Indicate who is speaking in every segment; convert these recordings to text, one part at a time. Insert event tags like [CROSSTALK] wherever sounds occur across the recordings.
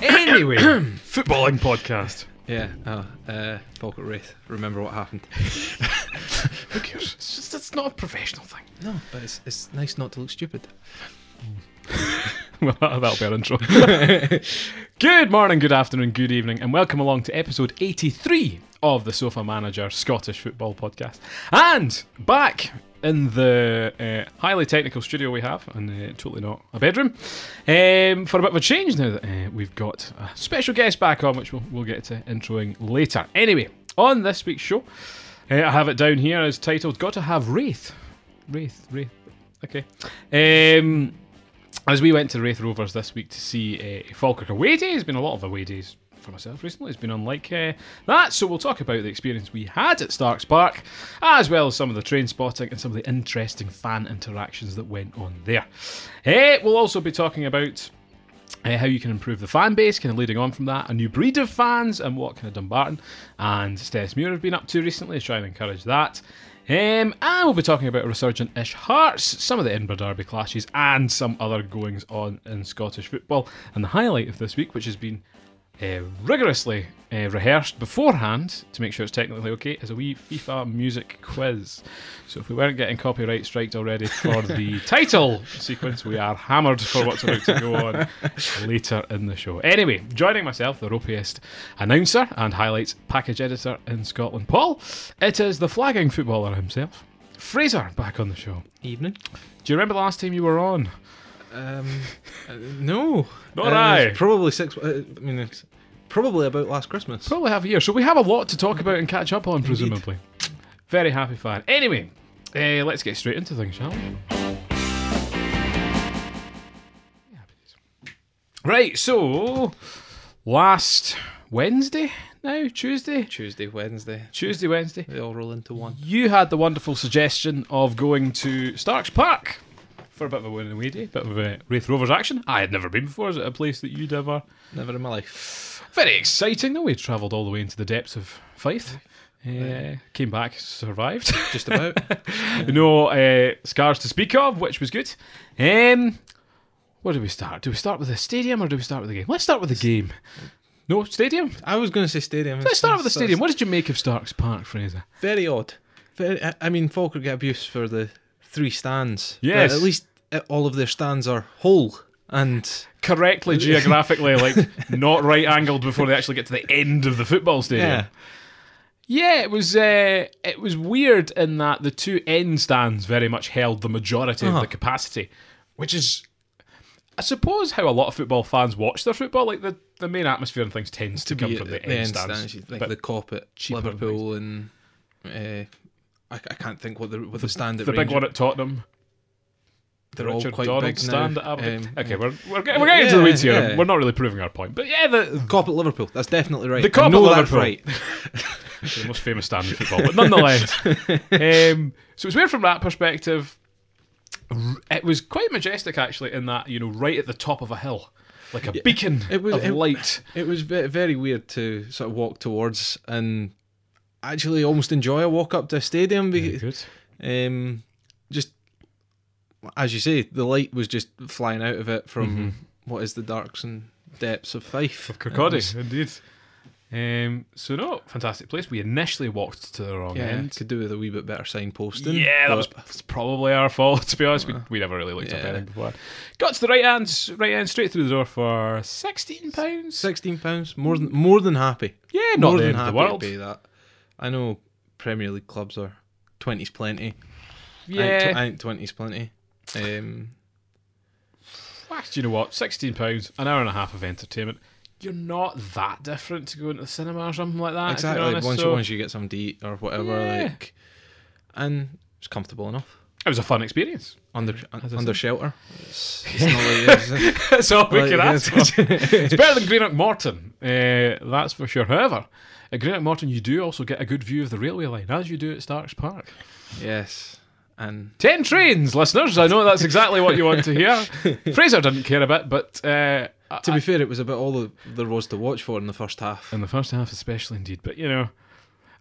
Speaker 1: Anyway, [CLEARS THROAT] footballing podcast.
Speaker 2: Yeah. Oh, uh, Falkirk Wraith. Remember what happened.
Speaker 1: Who cares? It's just it's not a professional thing.
Speaker 2: No, but it's, it's nice not to look stupid.
Speaker 1: [LAUGHS] well, that- that'll be our intro. [LAUGHS] good morning, good afternoon, good evening, and welcome along to episode 83 of the Sofa Manager Scottish Football Podcast. And back in the uh, highly technical studio we have, and uh, totally not a bedroom, um, for a bit of a change now that uh, we've got a special guest back on, which we'll, we'll get to introing later. Anyway, on this week's show, uh, I have it down here as titled Got to Have Wraith. Wraith, Wraith. Okay. Um, as we went to Wraith Rovers this week to see uh, Falkirk away day, there's been a lot of away days for myself recently. It's been unlike uh, that, so we'll talk about the experience we had at Starks Park, as well as some of the train spotting and some of the interesting fan interactions that went on there. Eh, we'll also be talking about uh, how you can improve the fan base, kind of leading on from that, a new breed of fans, and what kind of Dumbarton and Stessmuir have been up to recently to try and encourage that. Um, and we'll be talking about resurgent ish hearts, some of the Edinburgh Derby clashes, and some other goings on in Scottish football. And the highlight of this week, which has been uh, rigorously uh, rehearsed beforehand to make sure it's technically okay, is a wee FIFA music quiz. So if we weren't getting copyright striked already for the title sequence, we are hammered for what's about to go on later in the show. Anyway, joining myself, the ropiest announcer and highlights package editor in Scotland, Paul, it is the flagging footballer himself, Fraser, back on the show.
Speaker 2: Evening.
Speaker 1: Do you remember the last time you were on?
Speaker 2: [LAUGHS] Um, uh, no.
Speaker 1: Not
Speaker 2: Uh,
Speaker 1: I.
Speaker 2: it's Probably six. Uh, I mean, it's probably about last Christmas.
Speaker 1: Probably half a year. So we have a lot to talk about and catch up on, presumably. Very happy fan. Anyway, eh, let's get straight into things, shall we? Right, so last Wednesday now, Tuesday?
Speaker 2: Tuesday, Wednesday.
Speaker 1: Tuesday, Wednesday.
Speaker 2: They all roll into one.
Speaker 1: You had the wonderful suggestion of going to Starks Park for a bit of a win and away day, bit of uh, Wraith Rovers action. I had never been before. Is it a place that you'd ever
Speaker 2: Never in my [LAUGHS] life.
Speaker 1: Very exciting though. We travelled all the way into the depths of Fife. Yeah, came back, [LAUGHS] survived.
Speaker 2: Just about.
Speaker 1: no uh, scars to speak of, which was good. Um, where do we start? Do we start with the stadium or do we start with the game? Let's start with the game. No stadium.
Speaker 2: I was going to say stadium.
Speaker 1: Let's start with the
Speaker 2: It's-
Speaker 1: stadium. What did you make of Starks Park, Fraser?
Speaker 2: Very odd. Very, I- I mean, Falkirk get abuse for the three stands. but
Speaker 1: Yes.
Speaker 2: At least uh, all of their stands are whole and
Speaker 1: Correctly geographically, [LAUGHS] like not right angled before they actually get to the end of the football stadium.
Speaker 2: yeah.
Speaker 1: Yeah, it was uh, it was weird in that the two end stands very much held the majority of
Speaker 2: Uh-huh.
Speaker 1: the capacity, which is, I suppose, how a lot of football fans watch their football. Like the, the main atmosphere and things tends to, come
Speaker 2: be
Speaker 1: from
Speaker 2: at
Speaker 1: the, end, stands.
Speaker 2: like
Speaker 1: But
Speaker 2: the cop at
Speaker 1: cheaper
Speaker 2: Liverpool and uh, I, I can't think what the what the, stand at
Speaker 1: the big
Speaker 2: Rangers-
Speaker 1: one at Tottenham,
Speaker 2: They're
Speaker 1: the
Speaker 2: all
Speaker 1: Richard
Speaker 2: quite
Speaker 1: Donald
Speaker 2: big now.
Speaker 1: stand at Aberdeen.
Speaker 2: Um,
Speaker 1: okay,
Speaker 2: yeah.
Speaker 1: we're we're, get- we're getting into the
Speaker 2: Yeah,
Speaker 1: weeds here.
Speaker 2: yeah.
Speaker 1: We're not really proving our point, but yeah, the,
Speaker 2: Cop at Liverpool. That's definitely right.
Speaker 1: The cop
Speaker 2: I know
Speaker 1: at
Speaker 2: that's
Speaker 1: Liverpool.
Speaker 2: right.
Speaker 1: the most famous stand in football, but
Speaker 2: [LAUGHS]
Speaker 1: nonetheless. um, so it's weird from that perspective. R- It was quite majestic, actually, in that you know, right at the top of a hill, like a beacon
Speaker 2: It was-
Speaker 1: of
Speaker 2: it-
Speaker 1: light.
Speaker 2: It was ve- very weird to sort of walk towards and actually almost enjoy a walk up to a stadium. Because,
Speaker 1: Good.
Speaker 2: um, just as you say, the light was just flying out of it from what is the darks and depths Mm-hmm. of Fife
Speaker 1: Of
Speaker 2: It was-
Speaker 1: Kirkcaldy, indeed. Um, so no, fantastic place. We initially walked to the wrong
Speaker 2: Yeah,
Speaker 1: end.
Speaker 2: could do with a wee bit better signposting.
Speaker 1: Yeah, that
Speaker 2: but-
Speaker 1: was that's probably our fault. To be honest, we, we never really looked up
Speaker 2: yeah.
Speaker 1: anything before. Got to the right hand, right end, straight through the door for sixteen pounds.
Speaker 2: sixteen pounds. More than more than happy.
Speaker 1: Yeah, Hmm. not
Speaker 2: more
Speaker 1: the
Speaker 2: than
Speaker 1: end of
Speaker 2: happy
Speaker 1: the world.
Speaker 2: to pay that. I know Premier League clubs are twenties plenty. I
Speaker 1: Yeah,
Speaker 2: think tw- I think twenties plenty. Um,
Speaker 1: Well, do you know what? Sixteen pounds, an hour and a half of entertainment. You're not that different to going to the cinema or something like that. if you're
Speaker 2: exactly. Like
Speaker 1: honest,
Speaker 2: once
Speaker 1: so-
Speaker 2: you once you get something to eat or whatever,
Speaker 1: Yeah.
Speaker 2: like, and it's comfortable enough
Speaker 1: it was a fun experience. [LAUGHS]
Speaker 2: under un-
Speaker 1: I
Speaker 2: under
Speaker 1: said. [LAUGHS]
Speaker 2: shelter. It's, it's not like it's,
Speaker 1: that's all [LAUGHS] we
Speaker 2: Like,
Speaker 1: can ask.
Speaker 2: yes.
Speaker 1: for. it's better than Greenock Morton, uh, that's for sure. However, at Greenock Morton, you do also get a good view of the railway line, as you do at Starks Park.
Speaker 2: [LAUGHS] yes, and
Speaker 1: Ten trains, listeners. I know that's exactly what you want to
Speaker 2: [LAUGHS]
Speaker 1: hear. Fraser didn't care a bit, but uh, I-
Speaker 2: to be fair, it was about all the, there was to watch for in the first half.
Speaker 1: in the first half especially indeed but you know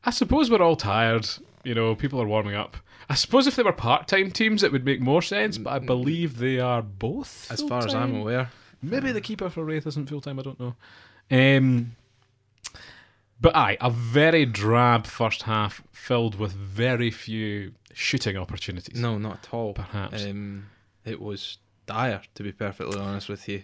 Speaker 1: i suppose we're all tired you know people are warming up i suppose if they were part-time teams it would make more sense but i believe they are both
Speaker 2: Mm-hmm. As far as I'm
Speaker 1: full-time.
Speaker 2: aware,
Speaker 1: maybe the keeper for wraith isn't full-time i don't know Um, but aye, a very drab first half filled with very few shooting opportunities.
Speaker 2: No, not at all.
Speaker 1: Perhaps.
Speaker 2: Um, it was dire, to be perfectly honest with [SIGHS] you.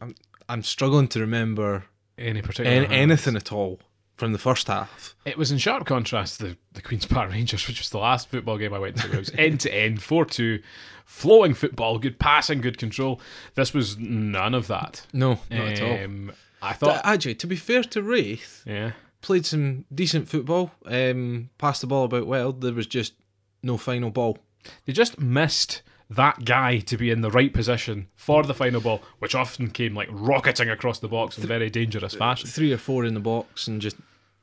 Speaker 2: I'm, I'm struggling to remember
Speaker 1: Any particular
Speaker 2: an-
Speaker 1: highlights.
Speaker 2: anything at all from the first half.
Speaker 1: It was in sharp contrast to the, the Queen's Park Rangers, which was the last football game I went to. It was end to end, 4 2, flowing football, good passing, good control. This was none of that.
Speaker 2: No, not at all.
Speaker 1: Um, I
Speaker 2: But
Speaker 1: thought.
Speaker 2: actually, to be fair to Wraith,
Speaker 1: Yeah.
Speaker 2: played some decent football, um, passed the ball about well. There was just no final ball.
Speaker 1: They just missed that guy to be in the right position for the final ball, which often came like rocketing across the box in very dangerous fashion.
Speaker 2: Three or four in the box and just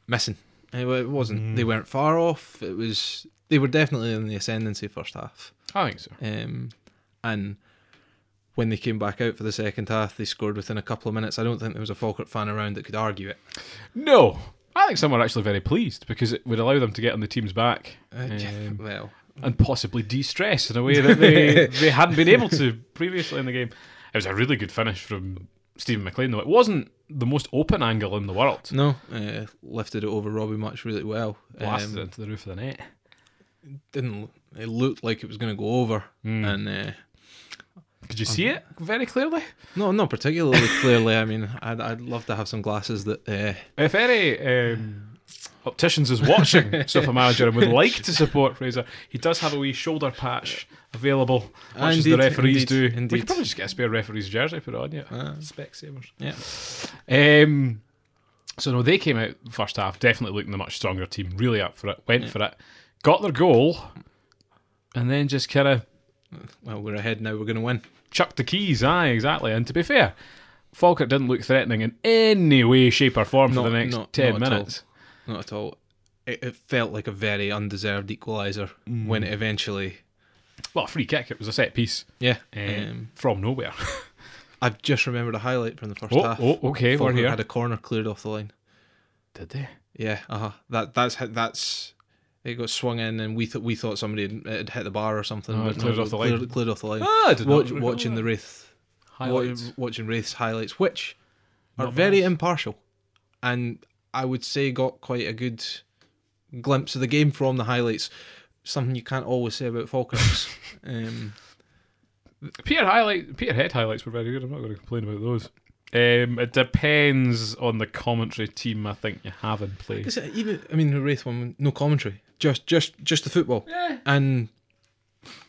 Speaker 2: missing. It, it wasn't. They weren't far off. It was. They were definitely in the ascendancy first half.
Speaker 1: I think so.
Speaker 2: Um, and when they came back out for the second half, they scored within a couple of minutes. I don't think there was a Falkirk fan around that could argue it.
Speaker 1: No. I think some were actually very pleased because it would allow them to get on the team's back
Speaker 2: Uh, yeah,
Speaker 1: um,
Speaker 2: [LAUGHS] well,
Speaker 1: and possibly de stress in a way that [LAUGHS] they, they hadn't been able to previously in the game. It was a really good finish from Stephen McLean, though. It wasn't the most open angle in the world.
Speaker 2: no, uh, lifted it over Robbie Much really well.
Speaker 1: Blasted
Speaker 2: Um,
Speaker 1: into the roof of the net.
Speaker 2: didn't it looked like it was going to go over?
Speaker 1: Hmm. Mm.
Speaker 2: And uh,
Speaker 1: Could you see it very clearly?
Speaker 2: no, not particularly [LAUGHS] clearly. I mean, I'd, I'd love to have some glasses that uh,
Speaker 1: If any um, opticians is watching [LAUGHS] Sofa Manager and would like to support Fraser, he does have a wee shoulder patch available, much as the
Speaker 2: Indeed,
Speaker 1: referees
Speaker 2: indeed,
Speaker 1: do. We
Speaker 2: indeed.
Speaker 1: could probably just get a spare referee's jersey put on, yeah. Spec savers.
Speaker 2: yeah,
Speaker 1: Um, so no, they came out first half definitely looking the much stronger team, really up for it, went for it, got their goal, and then just kind of
Speaker 2: well, we're ahead now. We're going to win.
Speaker 1: chucked the keys. Aye, exactly. And to be fair, Falkirk didn't look threatening in any way, shape, or form for
Speaker 2: Not-
Speaker 1: the next
Speaker 2: not-
Speaker 1: ten
Speaker 2: not at all.
Speaker 1: minutes.
Speaker 2: Not at all. It, it felt like a very undeserved equaliser when
Speaker 1: Hmm.
Speaker 2: it eventually.
Speaker 1: Well, a free kick. It was a set piece.
Speaker 2: Yeah,
Speaker 1: um,
Speaker 2: um,
Speaker 1: from nowhere.
Speaker 2: I've just remembered a highlight from the first
Speaker 1: oh,
Speaker 2: half.
Speaker 1: oh, okay, we're
Speaker 2: Falkirk
Speaker 1: here.
Speaker 2: had a corner cleared off the line.
Speaker 1: Did they?
Speaker 2: Yeah, uh huh. That that's how- that's it got swung in, and we thought we thought somebody had, had hit the bar or something.
Speaker 1: Oh,
Speaker 2: but
Speaker 1: it cleared
Speaker 2: no,
Speaker 1: off the
Speaker 2: cleared,
Speaker 1: line.
Speaker 2: Cleared off the line.
Speaker 1: Ah, I did not
Speaker 2: Watch,
Speaker 1: recall
Speaker 2: watching
Speaker 1: that.
Speaker 2: the wraith, wa-
Speaker 1: Highlights.
Speaker 2: watching wraith's highlights, which are
Speaker 1: Not
Speaker 2: very
Speaker 1: bad.
Speaker 2: impartial, and I would say got quite a good glimpse of the game from the highlights. Something you can't always say
Speaker 1: [LAUGHS]
Speaker 2: about Falkirks. um,
Speaker 1: Peter highlight, Peter Head highlights were very good. I'm not going to complain about those. Um, it depends on the commentary team. I think you have in place.
Speaker 2: is it even? I mean, the wraith one, no commentary, just just just the football.
Speaker 1: Yeah.
Speaker 2: And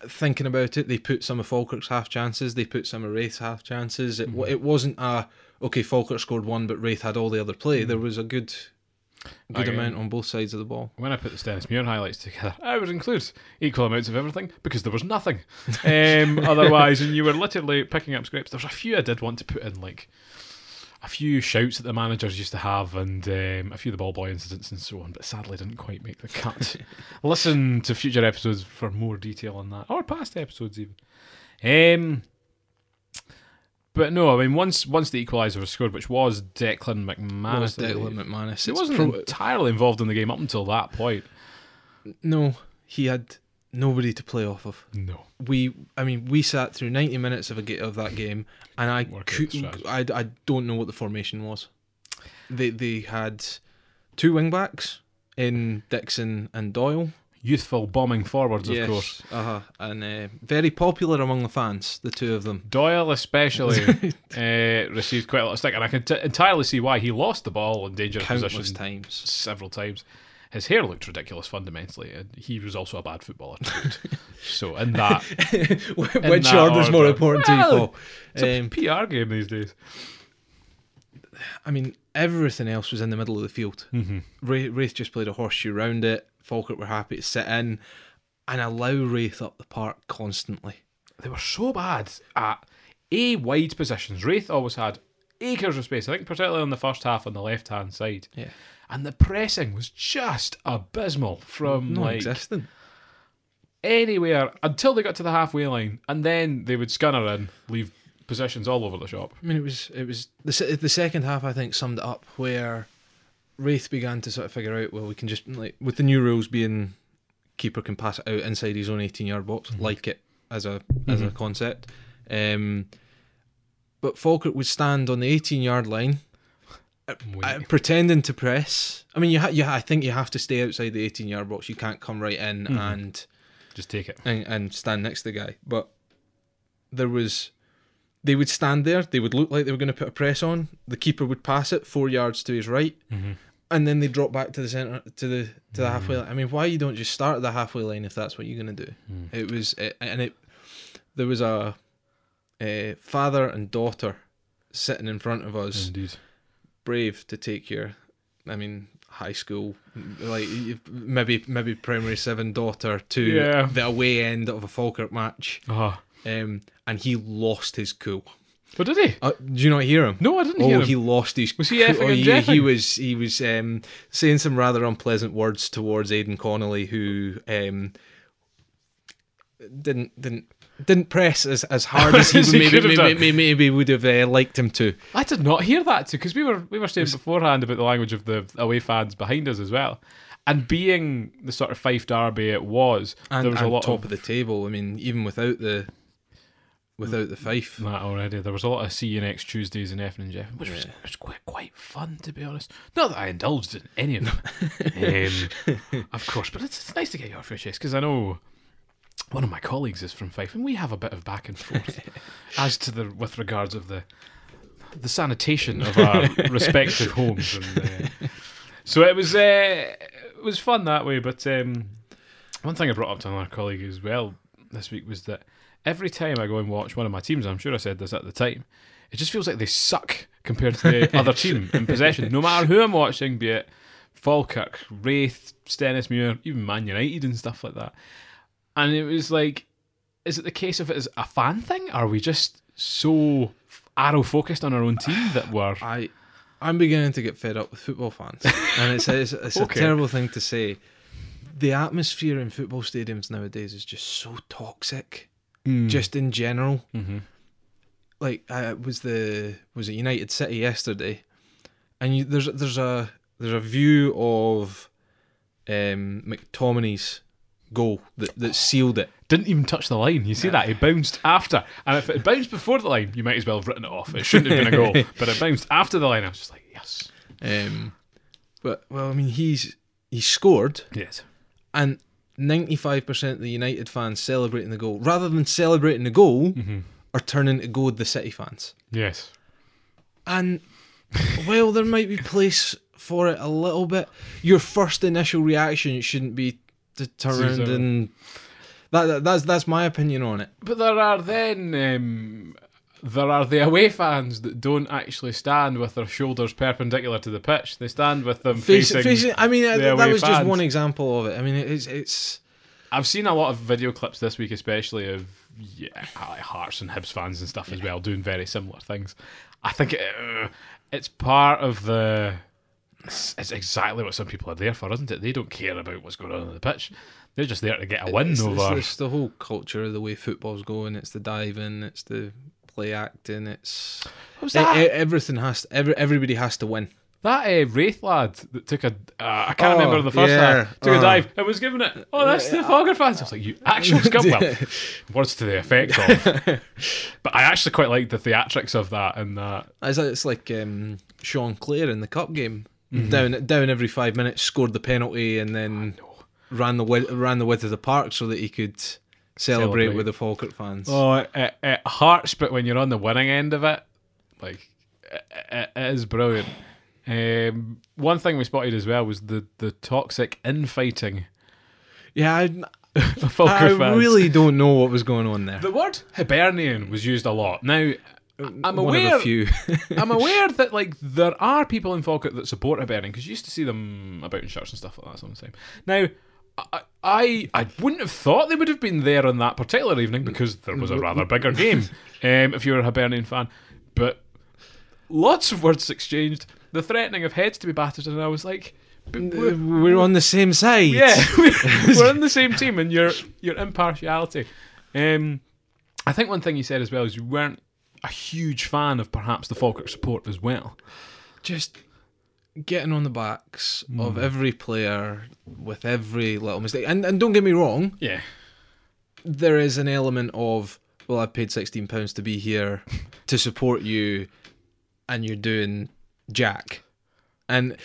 Speaker 2: thinking about it, they put some of Falkirk's half chances, they put some of Wraith's half chances.
Speaker 1: Mm-hmm.
Speaker 2: It, wa it wasn't a okay, Falkirk scored one, but Wraith had all the other play.
Speaker 1: Mm-hmm.
Speaker 2: There was a good, good
Speaker 1: Okay.
Speaker 2: amount on both sides of the ball.
Speaker 1: When I put the Dennis Muir highlights together, I would include equal amounts of everything because there was nothing
Speaker 2: [LAUGHS]
Speaker 1: um, otherwise, and you were literally picking up scraps. There's a few I did want to put in, like a few shouts that the managers used to have, and um, a few of the ball boy incidents and so on, but sadly didn't quite make the
Speaker 2: [LAUGHS]
Speaker 1: cut. Listen to future episodes for more detail on that, or past episodes even. Um, but no, I mean once once the equaliser was scored, which was Declan McManus,
Speaker 2: was
Speaker 1: I believe,
Speaker 2: Declan McManus.
Speaker 1: He
Speaker 2: It's
Speaker 1: wasn't
Speaker 2: pro-
Speaker 1: entirely involved in the game up until that point.
Speaker 2: no, he had nobody to play off of.
Speaker 1: No.
Speaker 2: We, I mean, we sat through ninety minutes of a ga- of that game, and I
Speaker 1: Work out
Speaker 2: could,
Speaker 1: strategy.
Speaker 2: I, I don't know what the formation was. They they had two wing backs in Dixon and Doyle.
Speaker 1: Youthful bombing forwards, of course.
Speaker 2: Uh huh. And uh, very popular among the fans, the two of them.
Speaker 1: Doyle especially
Speaker 2: [LAUGHS]
Speaker 1: uh, received quite a lot of stick, and I can t- entirely see why he lost the ball in dangerous
Speaker 2: Countless
Speaker 1: position [LAUGHS]
Speaker 2: times. [LAUGHS]
Speaker 1: several times. His hair looked ridiculous fundamentally, and he was also a bad footballer.
Speaker 2: [LAUGHS]
Speaker 1: to boot. so in that,
Speaker 2: Which
Speaker 1: that
Speaker 2: order's more
Speaker 1: order.
Speaker 2: important to
Speaker 1: Well,
Speaker 2: you, Paul?
Speaker 1: it's
Speaker 2: Um,
Speaker 1: a PR game these days.
Speaker 2: I mean, everything else was in the middle of the field. Mm-hmm. Wraith, Wraith just played a horseshoe round it. Falkirk were happy to sit in and allow Wraith up the park constantly.
Speaker 1: They were so bad at a wide positions. Wraith always had acres of space. I think particularly on the first half on the left hand side,
Speaker 2: Yeah.
Speaker 1: and the pressing was just abysmal from
Speaker 2: Non
Speaker 1: like
Speaker 2: existent.
Speaker 1: anywhere until they got to the halfway line, and then they would scan her in, leave possessions all over the shop.
Speaker 2: I mean, it was it was the se- the second half. I think summed it up where Wraith began to sort of figure out. Well, we can just like with the new rules being keeper can pass it out inside his own eighteen yard box, like it as a as a concept. Um, but Falkirk would stand on the eighteen yard line, uh,
Speaker 1: Wait.
Speaker 2: pretending to press. I mean, you, ha- you ha- I think you have to stay outside the 18 yard box. You can't come right in and,
Speaker 1: Just take it.
Speaker 2: and and stand next to the guy. But there was, they would stand there. They would look like they were going to put a press on. The keeper would pass it four yards to his right, and then they drop back to the center to the to the halfway. line. I mean, why you don't just start at the halfway line if that's what you're going to do?
Speaker 1: Mm.
Speaker 2: It was it, and it there was a, a father and daughter sitting in front of us
Speaker 1: Indeed.
Speaker 2: brave to take your, I mean, high school, like you- maybe maybe primary seven daughter to
Speaker 1: Yeah.
Speaker 2: the away end of a Falkirk match,
Speaker 1: Ah,
Speaker 2: um, and he lost his cool.
Speaker 1: but did he?
Speaker 2: Uh, do you not hear him?
Speaker 1: No, I didn't
Speaker 2: Oh,
Speaker 1: hear him.
Speaker 2: he lost his.
Speaker 1: Was he
Speaker 2: cool.
Speaker 1: effing
Speaker 2: oh,
Speaker 1: and
Speaker 2: he, he
Speaker 1: jeffing?
Speaker 2: was. He was um, saying some rather unpleasant words towards Aidan Connolly, who um, didn't didn't didn't press as, as hard as
Speaker 1: [LAUGHS]
Speaker 2: he,
Speaker 1: As he
Speaker 2: maybe,
Speaker 1: could have done.
Speaker 2: maybe, maybe would have uh, liked him to.
Speaker 1: I did not hear that too because we were we were saying beforehand about the language of the away fans behind us as well, and being the sort of Fife derby it was,
Speaker 2: and,
Speaker 1: there was
Speaker 2: and
Speaker 1: a lot
Speaker 2: top
Speaker 1: of,
Speaker 2: of, the table. I mean, even without the without the fife,
Speaker 1: that already. There was a lot of see you next Tuesdays in F and Jeff, which was, was quite quite fun to be honest. Not that I indulged in any of them, um, of course, but it's, it's nice to get your fair chest because I know one of my colleagues is from Fife, and we have a bit of back and forth as to the with regards of the the sanitation of our respective homes. And, uh, so it was uh, it was fun that way. But um, one thing I brought up to another colleague as well this week was that every time I go and watch one of my teams, I'm sure I said this at the time, it just feels like they suck compared to the other team in possession. No matter who I'm watching, be it Falkirk, Wraith, Stennismuir, even Man United and stuff like that. And it was like, is it the case of it as a fan thing? Are we just so arrow focused on our own team that we're
Speaker 2: I I'm beginning to get fed up with football fans, and it's it's, it's
Speaker 1: Okay.
Speaker 2: a terrible thing to say. The atmosphere in football stadiums nowadays is just so toxic,
Speaker 1: Hmm.
Speaker 2: just in general.
Speaker 1: Mhm.
Speaker 2: Like I was the was it United City yesterday, and you, there's there's a there's a view of um, McTominay's goal that, that sealed it.
Speaker 1: didn't even touch the line. You see that? It bounced after. And if it bounced before the line, you might as well have written it off. It shouldn't have been a [LAUGHS] goal. But it bounced after the line. I was just like, yes.
Speaker 2: Um, but well, I mean, he's he scored,
Speaker 1: Yes.
Speaker 2: and ninety five percent of the United fans celebrating the goal, rather than celebrating the goal,
Speaker 1: Mm-hmm.
Speaker 2: are turning to goad the City fans.
Speaker 1: Yes.
Speaker 2: And well, there might be place for it a little bit. Your first initial reaction shouldn't be to turn around
Speaker 1: Zero.
Speaker 2: and that, that that's that's my opinion on it.
Speaker 1: But there are then um, there are the away fans that don't actually stand with their shoulders perpendicular to the pitch. They stand with them
Speaker 2: Face,
Speaker 1: facing.
Speaker 2: facing- I mean, uh, that, that
Speaker 1: away
Speaker 2: was just
Speaker 1: fans.
Speaker 2: one example of it. I mean, it's it's
Speaker 1: I've seen a lot of video clips this week, especially of yeah, like Hearts and Hibs fans and stuff as well, doing very similar things. I think uh, it's part of the. It's, it's exactly what some people are there for, isn't it? They don't care about what's going on on the pitch. They're just there to get a win
Speaker 2: it's, it's-
Speaker 1: over.
Speaker 2: it's the whole culture of the way football's going. It's the diving. It's the play acting. It's
Speaker 1: What was
Speaker 2: e-
Speaker 1: that?
Speaker 2: e- everything has to, every, everybody has to win.
Speaker 1: That uh, Wraith lad that took a, uh, I can't
Speaker 2: Oh,
Speaker 1: remember the first
Speaker 2: yeah,
Speaker 1: half, took a
Speaker 2: uh.
Speaker 1: dive and was given it. Oh, that's the Fogger fans. I was like, you
Speaker 2: [LAUGHS]
Speaker 1: actual scum. Well, words to the effect of. but I actually quite like the theatrics of that and that.
Speaker 2: It's like, it's like um, Sean Clare in the cup game.
Speaker 1: Mm-hmm.
Speaker 2: Down down every five minutes, scored the penalty, and then ran the width, ran the width of the park so that he could celebrate,
Speaker 1: Celebrate.
Speaker 2: with the Falkirk fans.
Speaker 1: Oh, it, it, it hurts, but when you're on the winning end of it, like, it, it, it is brilliant. Um, one thing we spotted as well was the, the toxic infighting
Speaker 2: Yeah, I,
Speaker 1: of Fogger
Speaker 2: I
Speaker 1: fans.
Speaker 2: really don't know what was going on there.
Speaker 1: The word Hibernian was used a lot. Now, I'm
Speaker 2: Uh, One
Speaker 1: aware
Speaker 2: of a few.
Speaker 1: I'm aware that like there are people in Falkirk that support Hibernian because you used to see them about in shirts and stuff like that some time. Now, I, I I wouldn't have thought they would have been there on that particular evening because there was a rather bigger game. Um, if you're a Hibernian fan, but lots of words exchanged, the threatening of heads to be battered, and I was like, but we're-
Speaker 2: [LAUGHS] We're on the same side.
Speaker 1: yeah, [LAUGHS] we're on the same team, and your your impartiality. Um, I think one thing you said as well is you weren't a huge fan of perhaps the Falkirk support as well.
Speaker 2: just getting on the backs of every player with every little mistake. And and don't get me wrong,
Speaker 1: Yeah.
Speaker 2: there is an element of well, I've paid sixteen pounds to be here to support you, and you're doing jack. and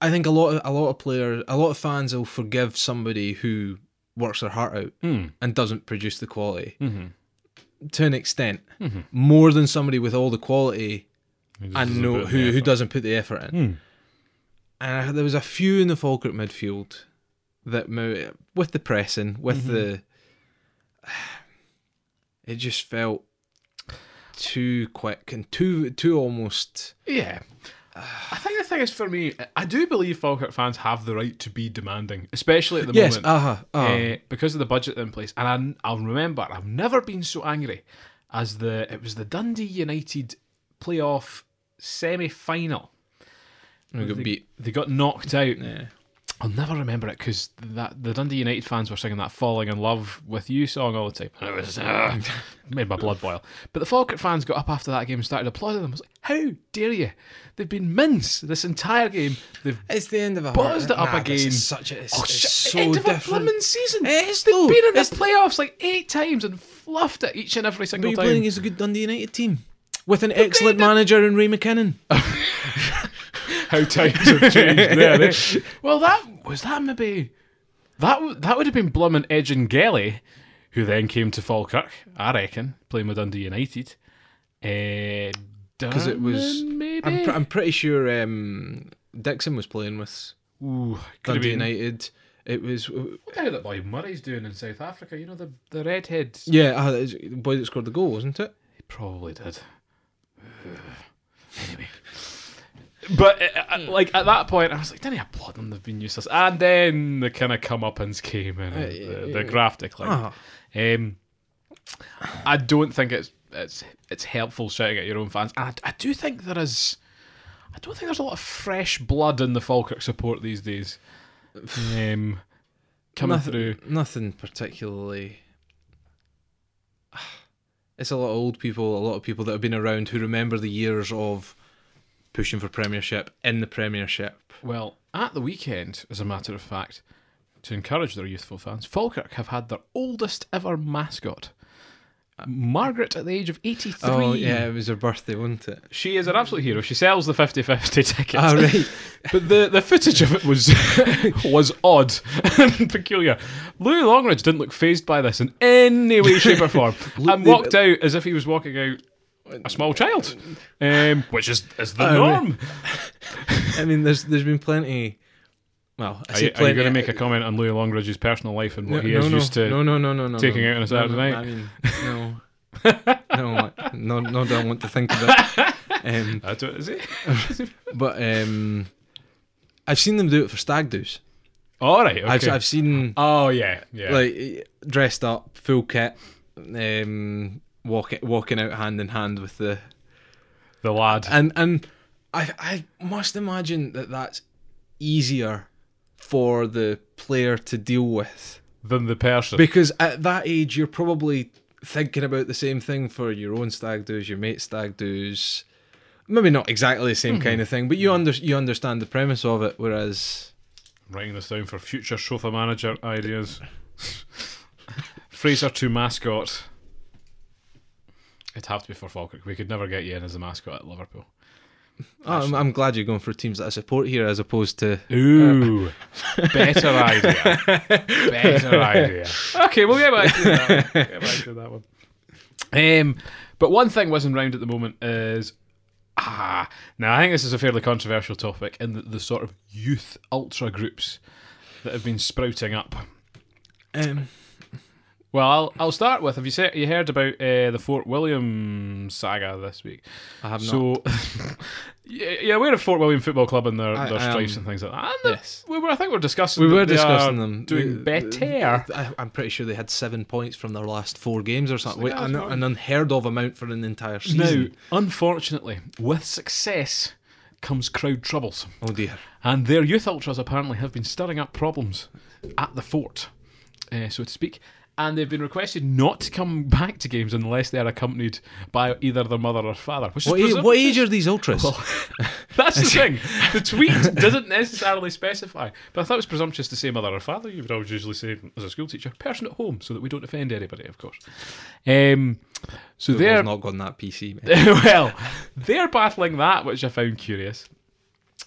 Speaker 2: I think a lot of, a lot of players, a lot of fans will forgive somebody who works their heart out and doesn't produce the quality to an extent, more than somebody with all the quality
Speaker 1: Who just
Speaker 2: and
Speaker 1: doesn't
Speaker 2: no,
Speaker 1: put in
Speaker 2: who
Speaker 1: the
Speaker 2: who
Speaker 1: effort.
Speaker 2: doesn't put the effort in. And I, there was a few in the Falkirk midfield that mo- with the pressing, with the, [SIGHS] it just felt too quick and too too almost.
Speaker 1: Yeah. I think the thing is for me, I do believe Falkirk fans have the right to be demanding, especially at the
Speaker 2: Yes,
Speaker 1: moment,
Speaker 2: uh huh.
Speaker 1: eh, because of the budget in place. And I, I'll remember, I've never been so angry as the it was the Dundee United playoff semi final.
Speaker 2: we got beat.
Speaker 1: They got knocked out.
Speaker 2: Yeah.
Speaker 1: I'll never remember it because that the Dundee United fans were singing that "Falling in Love with You" song all the time, and it was
Speaker 2: [LAUGHS]
Speaker 1: ah, made my blood boil. But the Falkirk fans got up after that game and started applauding them. I was like, "How dare you? They've been mince this entire game. They've
Speaker 2: It's the end of a
Speaker 1: buzzed it up again.
Speaker 2: It's such a. It's,
Speaker 1: oh,
Speaker 2: it's
Speaker 1: shit,
Speaker 2: so
Speaker 1: end of
Speaker 2: different.
Speaker 1: a blimmin' season.
Speaker 2: It is
Speaker 1: They've
Speaker 2: though.
Speaker 1: been in the
Speaker 2: It's-
Speaker 1: playoffs like eight times and fluffed it each and every
Speaker 2: But
Speaker 1: single
Speaker 2: you're
Speaker 1: time.
Speaker 2: playing as a good Dundee United team with an excellent manager in Ray McKinnon.
Speaker 1: How times have changed there. eh? [LAUGHS] Well, that was that maybe that w- that would have been Blum and Edge and Gelly, who then came to Falkirk, I reckon, playing with Dundee United. Because
Speaker 2: Because it was,
Speaker 1: maybe.
Speaker 2: I'm, pr- I'm pretty sure um, Dixon was playing with
Speaker 1: Ooh, could have
Speaker 2: Dundee
Speaker 1: been.
Speaker 2: United. It was,
Speaker 1: Look how that boy Murray's doing in South Africa. You know the the redhead.
Speaker 2: yeah, uh, it's the boy that scored the goal, wasn't it?
Speaker 1: He probably did. [SIGHS] anyway. But uh, uh,
Speaker 2: Hmm.
Speaker 1: like at that point, I was like, "Didn't applaud them? They've been useless." And then the kind of comeuppance came in, and the, the graph declined.
Speaker 2: Uh, Ah,
Speaker 1: Um, I don't think it's it's it's helpful shouting at your own fans, and I, I do think there is. I don't think there's a lot of fresh blood in the Falkirk support these days. Um, coming
Speaker 2: nothing,
Speaker 1: through.
Speaker 2: nothing particularly. [SIGHS] It's a lot of old people, a lot of people that have been around who remember the years of pushing for Premiership in the Premiership.
Speaker 1: Well, at the weekend, as a matter of fact, to encourage their youthful fans, Falkirk have had their oldest ever mascot, Margaret, at the age of 83.
Speaker 2: Oh yeah, it was her birthday, wasn't it?
Speaker 1: She is an absolute hero. She sells the 50 50 [LAUGHS] tickets.
Speaker 2: Ah right.
Speaker 1: [LAUGHS] But the, the footage of it was [LAUGHS] was odd and peculiar. Louis Longridge didn't look phased by this in any way, shape, or [LAUGHS] form, and walked out as if he was walking out a small child, um, which is is the
Speaker 2: Oh,
Speaker 1: norm.
Speaker 2: I mean, there's there's been plenty. Well, I
Speaker 1: Are
Speaker 2: say
Speaker 1: you,
Speaker 2: plenty.
Speaker 1: going to make a comment on Louis Longridge's personal life and
Speaker 2: no,
Speaker 1: what he
Speaker 2: no,
Speaker 1: is
Speaker 2: no,
Speaker 1: used to?
Speaker 2: no, no, no, no, no,
Speaker 1: taking
Speaker 2: no,
Speaker 1: out on a
Speaker 2: no,
Speaker 1: Saturday
Speaker 2: no,
Speaker 1: night?
Speaker 2: I mean,
Speaker 1: [LAUGHS]
Speaker 2: no, no, I- no, no, don't want to think of it. Um,
Speaker 1: That's what is it?
Speaker 2: but um, I've seen them do it for stag do's.
Speaker 1: All right. Okay.
Speaker 2: I've I've seen
Speaker 1: oh yeah, yeah.
Speaker 2: like dressed up, full kit, um, walking walking out hand in hand with the
Speaker 1: the lad.
Speaker 2: and and I I must imagine that that's easier for the player to deal with.
Speaker 1: than the person.
Speaker 2: Because at that age, you're probably thinking about the same thing for your own stag do's, your mate's stag do's. Maybe not exactly the same
Speaker 1: Mm-hmm.
Speaker 2: kind of thing, but you under you understand the premise of it. Whereas,
Speaker 1: Writing this down for future sofa manager ideas. Fraser to mascot. It'd have to be for Falkirk. We could never get you in as a mascot at Liverpool.
Speaker 2: oh, I'm, I'm glad you're going for teams that I support here, as opposed to
Speaker 1: Ooh, [LAUGHS] better idea. Better idea. Okay, we'll get back to that. One. Get back to that one. Um, but one thing wasn't round at the moment is ah. Now I think this is a fairly controversial topic in the, the sort of youth ultra groups that have been sprouting up.
Speaker 2: um,
Speaker 1: Well, I'll, I'll start with. Have you se- you heard about uh, the Fort William saga this week?
Speaker 2: I have not.
Speaker 1: [LAUGHS] so, yeah, yeah, we're at Fort William Football Club and their,
Speaker 2: I-
Speaker 1: their
Speaker 2: I am-
Speaker 1: strikes and things like that. And the-
Speaker 2: yes.
Speaker 1: we were, I think, we are discussing.
Speaker 2: We
Speaker 1: that
Speaker 2: were
Speaker 1: they are
Speaker 2: discussing them
Speaker 1: doing
Speaker 2: They-
Speaker 1: better.
Speaker 2: I, I'm pretty sure they had seven points from their last four games or something.
Speaker 1: like,
Speaker 2: Wait,
Speaker 1: ah, it's
Speaker 2: an,
Speaker 1: wrong.
Speaker 2: an unheard of amount for an entire
Speaker 1: Now,
Speaker 2: season.
Speaker 1: unfortunately, with success comes crowd troubles,
Speaker 2: Oh dear.
Speaker 1: and their youth ultras apparently have been stirring up problems at the fort, uh, so to speak. And they've been requested not to come back to games unless they are accompanied by either their mother or father. Which
Speaker 2: What,
Speaker 1: is
Speaker 2: age,
Speaker 1: presumed-
Speaker 2: what age are these ultras?
Speaker 1: That's the thing. The tweet doesn't necessarily specify. But I thought it was presumptuous to say mother or father. You would always usually say, as a school teacher, person at home, so that we don't offend anybody, of course. Um, so
Speaker 2: They've
Speaker 1: they're [LAUGHS]
Speaker 2: [LAUGHS] not gone that PC. Man.
Speaker 1: well, they're battling that, which I found curious.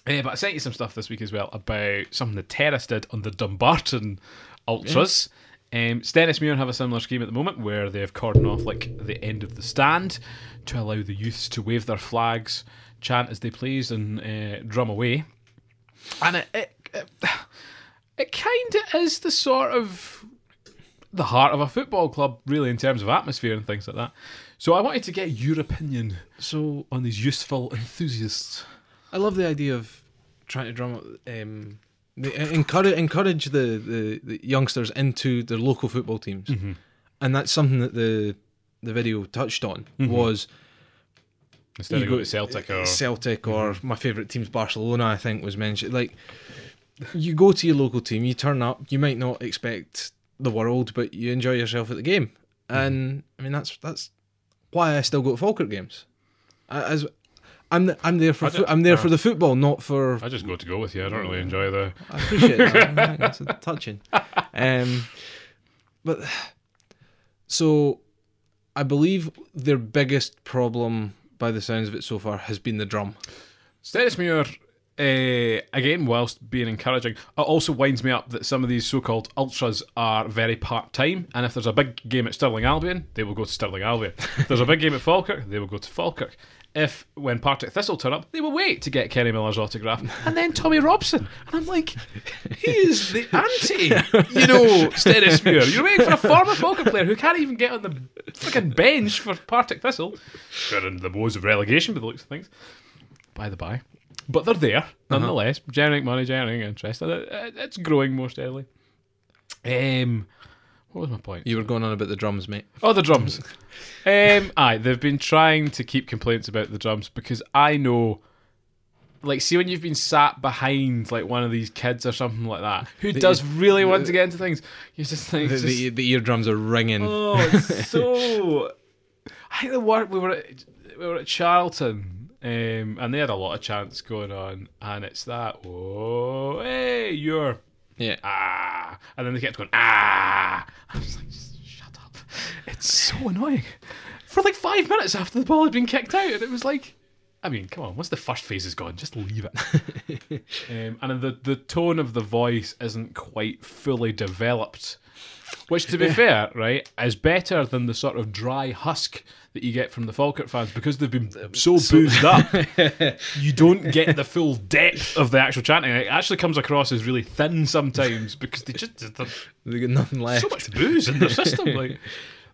Speaker 1: Yeah, but I sent you some stuff this week as well about something the Terrace did on the Dumbarton Ultras. Um, Stennis Muir have a similar scheme at the moment where they have cordoned off like the end of the stand to allow the youths to wave their flags, chant as they please, and uh, drum away. And it it, it, it kind of is the sort of the heart of a football club, really, in terms of atmosphere and things like that. So I wanted to get your opinion
Speaker 2: So
Speaker 1: on these useful enthusiasts.
Speaker 2: I love the idea of trying to drum up, um, encourage encourage the, the, the youngsters into their local football teams,
Speaker 1: Mm-hmm.
Speaker 2: and that's something that the the video touched on was
Speaker 1: Instead
Speaker 2: you
Speaker 1: of
Speaker 2: go-
Speaker 1: Mm-hmm. go to Celtic or Mm-hmm.
Speaker 2: Celtic or my favorite team's Barcelona. I think was mentioned. Like you go to your local team, you turn up, you might not expect the world, but you enjoy yourself at the game,
Speaker 1: Mm-hmm.
Speaker 2: and I mean that's that's why I still go to Falkirk games. I, as I'm th- I'm there for
Speaker 1: I
Speaker 2: fo-
Speaker 1: don't-
Speaker 2: I'm there
Speaker 1: uh,
Speaker 2: for the football, not for
Speaker 1: oh. I just go to go with you. I don't really enjoy the.
Speaker 2: I
Speaker 1: [LAUGHS]
Speaker 2: appreciate that. I think That's touching. Um, but so I believe their biggest problem, by the sounds of it so far, has been the drum.
Speaker 1: Stenismuir, uh, again, whilst being encouraging, it also winds me up that some of these so called ultras are very part time. And if there's a big game at Stirling Albion, they will go to Stirling Albion. if there's a big game at Falkirk, they will go to Falkirk. If, when Partick Thistle turn up, they will wait to get Kenny Miller's autograph and then Tommy Robson. And I'm like, he is the anti, you know, Stenismuir. You're waiting for a former Falkirk player who can't even get on the freaking bench for Partick Thistle. They're in the woes of relegation by the looks of things by the by. But they're there,
Speaker 2: Uh-huh.
Speaker 1: nonetheless, generating money, generating interest, and it, it- it's growing more steadily. Um, what was my point?
Speaker 2: You were going on about the drums, mate.
Speaker 1: Oh, the drums. um, aye, they've been trying to keep complaints about the drums because I know, like, see when you've been sat behind like one of these kids or something like that who does really want to get into things, you just think
Speaker 2: The,
Speaker 1: just,
Speaker 2: the, the eardrums are ringing.
Speaker 1: Oh, it's [LAUGHS] so. I think the word we were at, we were at Charlton, um, and they had a lot of chants going on, and it's that oh hey you're
Speaker 2: Yeah.
Speaker 1: ah, and then they kept going ah. I was like, just shut up. It's so annoying. For like five minutes after the ball had been kicked out, and it was like. I mean, come on. Once the first phase is gone, just leave it. um, and the the tone of the voice isn't quite fully developed which, to be fair, right, is better than the sort of dry husk that you get from the Falkirk fans because they've been so, boozed up. you don't get the full depth of the actual chanting. It actually comes across as really thin sometimes because they just there's
Speaker 2: They got nothing left.
Speaker 1: so much booze in their system. Like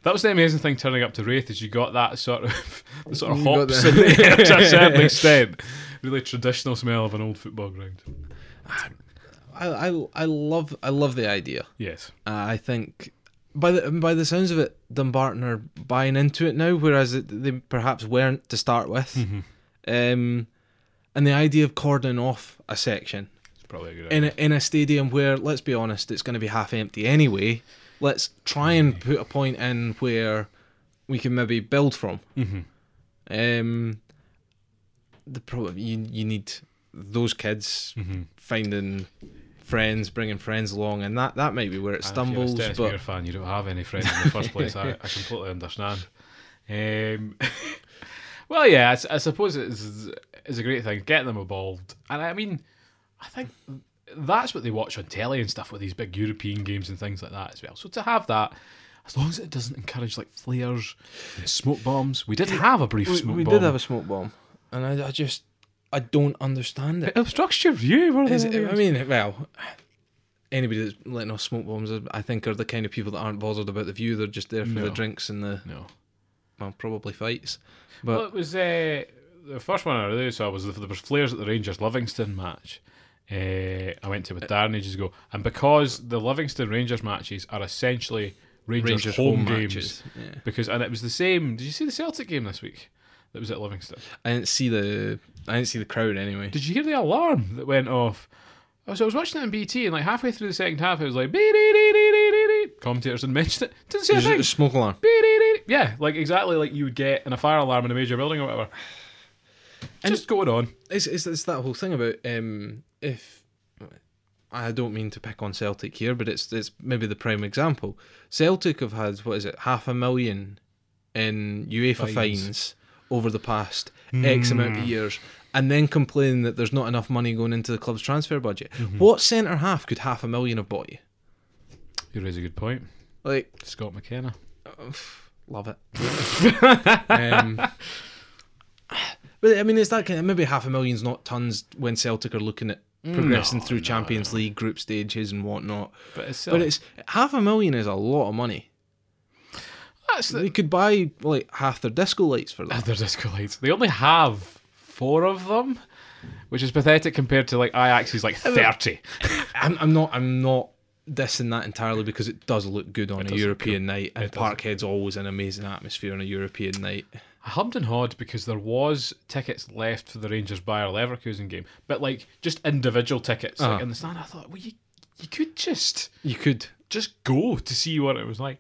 Speaker 1: that was the amazing thing turning up to Wraith is you got that sort of [LAUGHS] the sort of
Speaker 2: You got
Speaker 1: hops
Speaker 2: that.
Speaker 1: in there to a
Speaker 2: [LAUGHS]
Speaker 1: certain extent. Really traditional smell of an old football ground.
Speaker 2: I, I, I love I love the idea.
Speaker 1: Yes.
Speaker 2: Uh, I think by the by the sounds of it, Dumbarton are buying into it now, whereas it, they perhaps weren't to start with.
Speaker 1: Mm-hmm.
Speaker 2: Um, and the idea of cordoning off a section
Speaker 1: It's probably a good idea.
Speaker 2: in a, in a stadium where, let's be honest, it's going to be half empty anyway. Let's try and put a point in where we can maybe build from.
Speaker 1: Mm-hmm,
Speaker 2: Um, the problem you you need those kids
Speaker 1: mm-hmm.
Speaker 2: finding friends, bringing friends along, and that that might be where it stumbles.
Speaker 1: If you're a Dennis
Speaker 2: but
Speaker 1: Muir fan, you don't have any friends in the first place. I, I completely understand. Um, [LAUGHS] well, yeah, I s- I, suppose it's it's a great thing. Get them involved, and I mean, I think that's what they watch on telly and stuff with these big European games and things like that as well. So to have that. As long as it doesn't encourage like flares, and smoke bombs. We did have a brief
Speaker 2: we,
Speaker 1: smoke
Speaker 2: we
Speaker 1: bomb.
Speaker 2: did have a smoke bomb, and I, I just I don't understand [LAUGHS] it.
Speaker 1: it obstructs your view. More than
Speaker 2: Is it,
Speaker 1: anything
Speaker 2: I mean, well, anybody that's letting off smoke bombs, I think, are the kind of people that aren't bothered about the view. They're just there for
Speaker 1: No.
Speaker 2: the drinks and the
Speaker 1: else. no.
Speaker 2: well, probably fights.
Speaker 1: Well, it was uh, the first one I really saw was the, there was flares at the Rangers Livingston match. Uh, I went to with Darren ages ago, and because the Livingston Rangers matches are essentially Rangers,
Speaker 2: Rangers
Speaker 1: home,
Speaker 2: home
Speaker 1: games,
Speaker 2: matches, yeah.
Speaker 1: because and it was the same. Did you see the Celtic game this week? That was at Livingston.
Speaker 2: I didn't see the I didn't see the crowd anyway.
Speaker 1: Did you hear the alarm that went off? I was, I was watching it on BT, and like halfway through the second half, it was like beep, beep, beep, beep, beep, beep, beep. commentators didn't mention it. Didn't say a
Speaker 2: There's
Speaker 1: thing.
Speaker 2: a smoke alarm.
Speaker 1: Beep, beep, beep. Yeah, like exactly like you would get in a fire alarm in a major building or whatever. Just going on.
Speaker 2: It's, it's it's that whole thing about um if I don't mean to pick on Celtic here, but it's it's maybe the prime example. Celtic have had what is it half a million in UEFA fines,
Speaker 1: Fines. Hmm.
Speaker 2: over the past X amount of years, and then complain that there's not enough money going into the club's transfer budget.
Speaker 1: Mm-hmm.
Speaker 2: What centre half could half a million have bought you?
Speaker 1: You raise a good point.
Speaker 2: Like,
Speaker 1: Scott McKenna.
Speaker 2: love it. um, [LAUGHS] but I mean, it's that kind of, maybe half a million's not tons when Celtic are looking at progressing
Speaker 1: No,
Speaker 2: through
Speaker 1: no,
Speaker 2: Champions League group stages and whatnot.
Speaker 1: But it's,
Speaker 2: But it's half a million is a lot of money.
Speaker 1: that's Ah, [LAUGHS] the,
Speaker 2: They could buy like half their disco lights for that.
Speaker 1: Other disco lights. They only have four of them, which is pathetic compared to like Ajax's like thirty.
Speaker 2: [LAUGHS] I'm, I'm not. I'm not dissing that entirely because it does look good on a
Speaker 1: does look
Speaker 2: European night, and
Speaker 1: does look
Speaker 2: Parkhead's always an amazing atmosphere on a European night.
Speaker 1: I hummed and hawed because there was tickets left for the Rangers Bayer Leverkusen game, but like just individual tickets like
Speaker 2: Uh-huh.
Speaker 1: in the stand. I thought, well, you you could just
Speaker 2: You could.
Speaker 1: just go to see what it was like.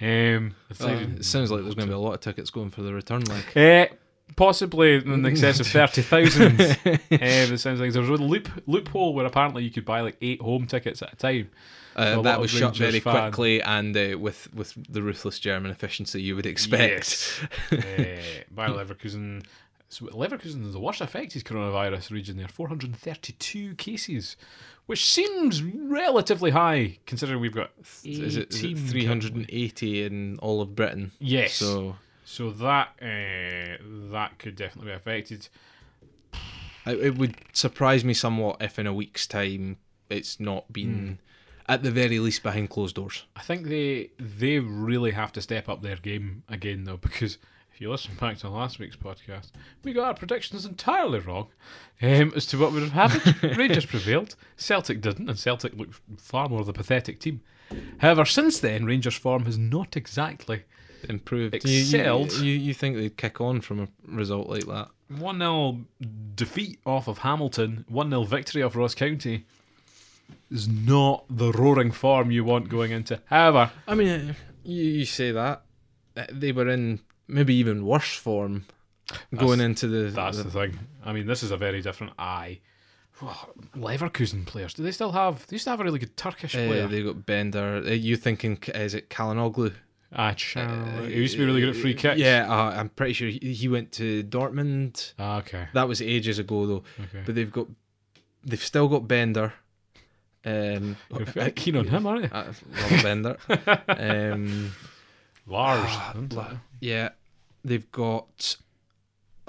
Speaker 1: Um, I
Speaker 2: uh,
Speaker 1: decided-
Speaker 2: it sounds like there's going to be a lot of tickets going for the return leg.
Speaker 1: Eh, possibly
Speaker 2: [LAUGHS]
Speaker 1: in excess of thirty thousand. uh, it sounds like there was a loop loophole where apparently you could buy like eight home tickets at a time.
Speaker 2: Uh,
Speaker 1: lot
Speaker 2: that
Speaker 1: of
Speaker 2: was shut
Speaker 1: Rangers
Speaker 2: very
Speaker 1: fan.
Speaker 2: quickly, and uh, with with the ruthless German efficiency you would expect.
Speaker 1: uh, by Leverkusen. So Leverkusen is the worst affected coronavirus region there, 432 cases, which seems relatively high considering we've got
Speaker 2: Is it- is it
Speaker 1: 18 currently.
Speaker 2: 380 in all of Britain?
Speaker 1: Yes. So,
Speaker 2: So
Speaker 1: that uh, that could definitely be affected.
Speaker 2: it, it would surprise me somewhat if in a week's time it's not been, at the very least, behind closed doors.
Speaker 1: I think they they really have to step up their game again though because if you listen back to last week's podcast, we got our predictions entirely wrong um, as to what would have happened. Rangers prevailed, Celtic didn't, and Celtic looked far more the pathetic team. However, since then, Rangers' form has not exactly
Speaker 2: Improved.
Speaker 1: Excelled.
Speaker 2: You, you, you, you think they'd kick on from a result like that?
Speaker 1: 1 0 defeat off of Hamilton, 1 0 victory off Ross County. Is not the roaring form you want going into. However,
Speaker 2: I mean, uh, you, you say that Uh, they were in maybe even worse form going into the.
Speaker 1: That's
Speaker 2: the-
Speaker 1: the thing. I mean, this is a very different eye. Leverkusen players. Do they still have? They used to have a really good Turkish
Speaker 2: uh,
Speaker 1: player.
Speaker 2: they got Bender. Are you thinking K- is it Kalinoglu? Eh,
Speaker 1: Ah, Chow- he used to be really good at free kicks.
Speaker 2: Yeah, uh, I'm pretty sure he, he went to Dortmund.
Speaker 1: Ah, okay.
Speaker 2: That was ages ago though.
Speaker 1: Okay.
Speaker 2: But they've got, they've still got Bender. Um,
Speaker 1: You're very keen
Speaker 2: [LAUGHS]
Speaker 1: on him, aren't you?
Speaker 2: I love
Speaker 1: [LAUGHS]
Speaker 2: Bender. um, Ah,
Speaker 1: Lars.
Speaker 2: yeah, they've got.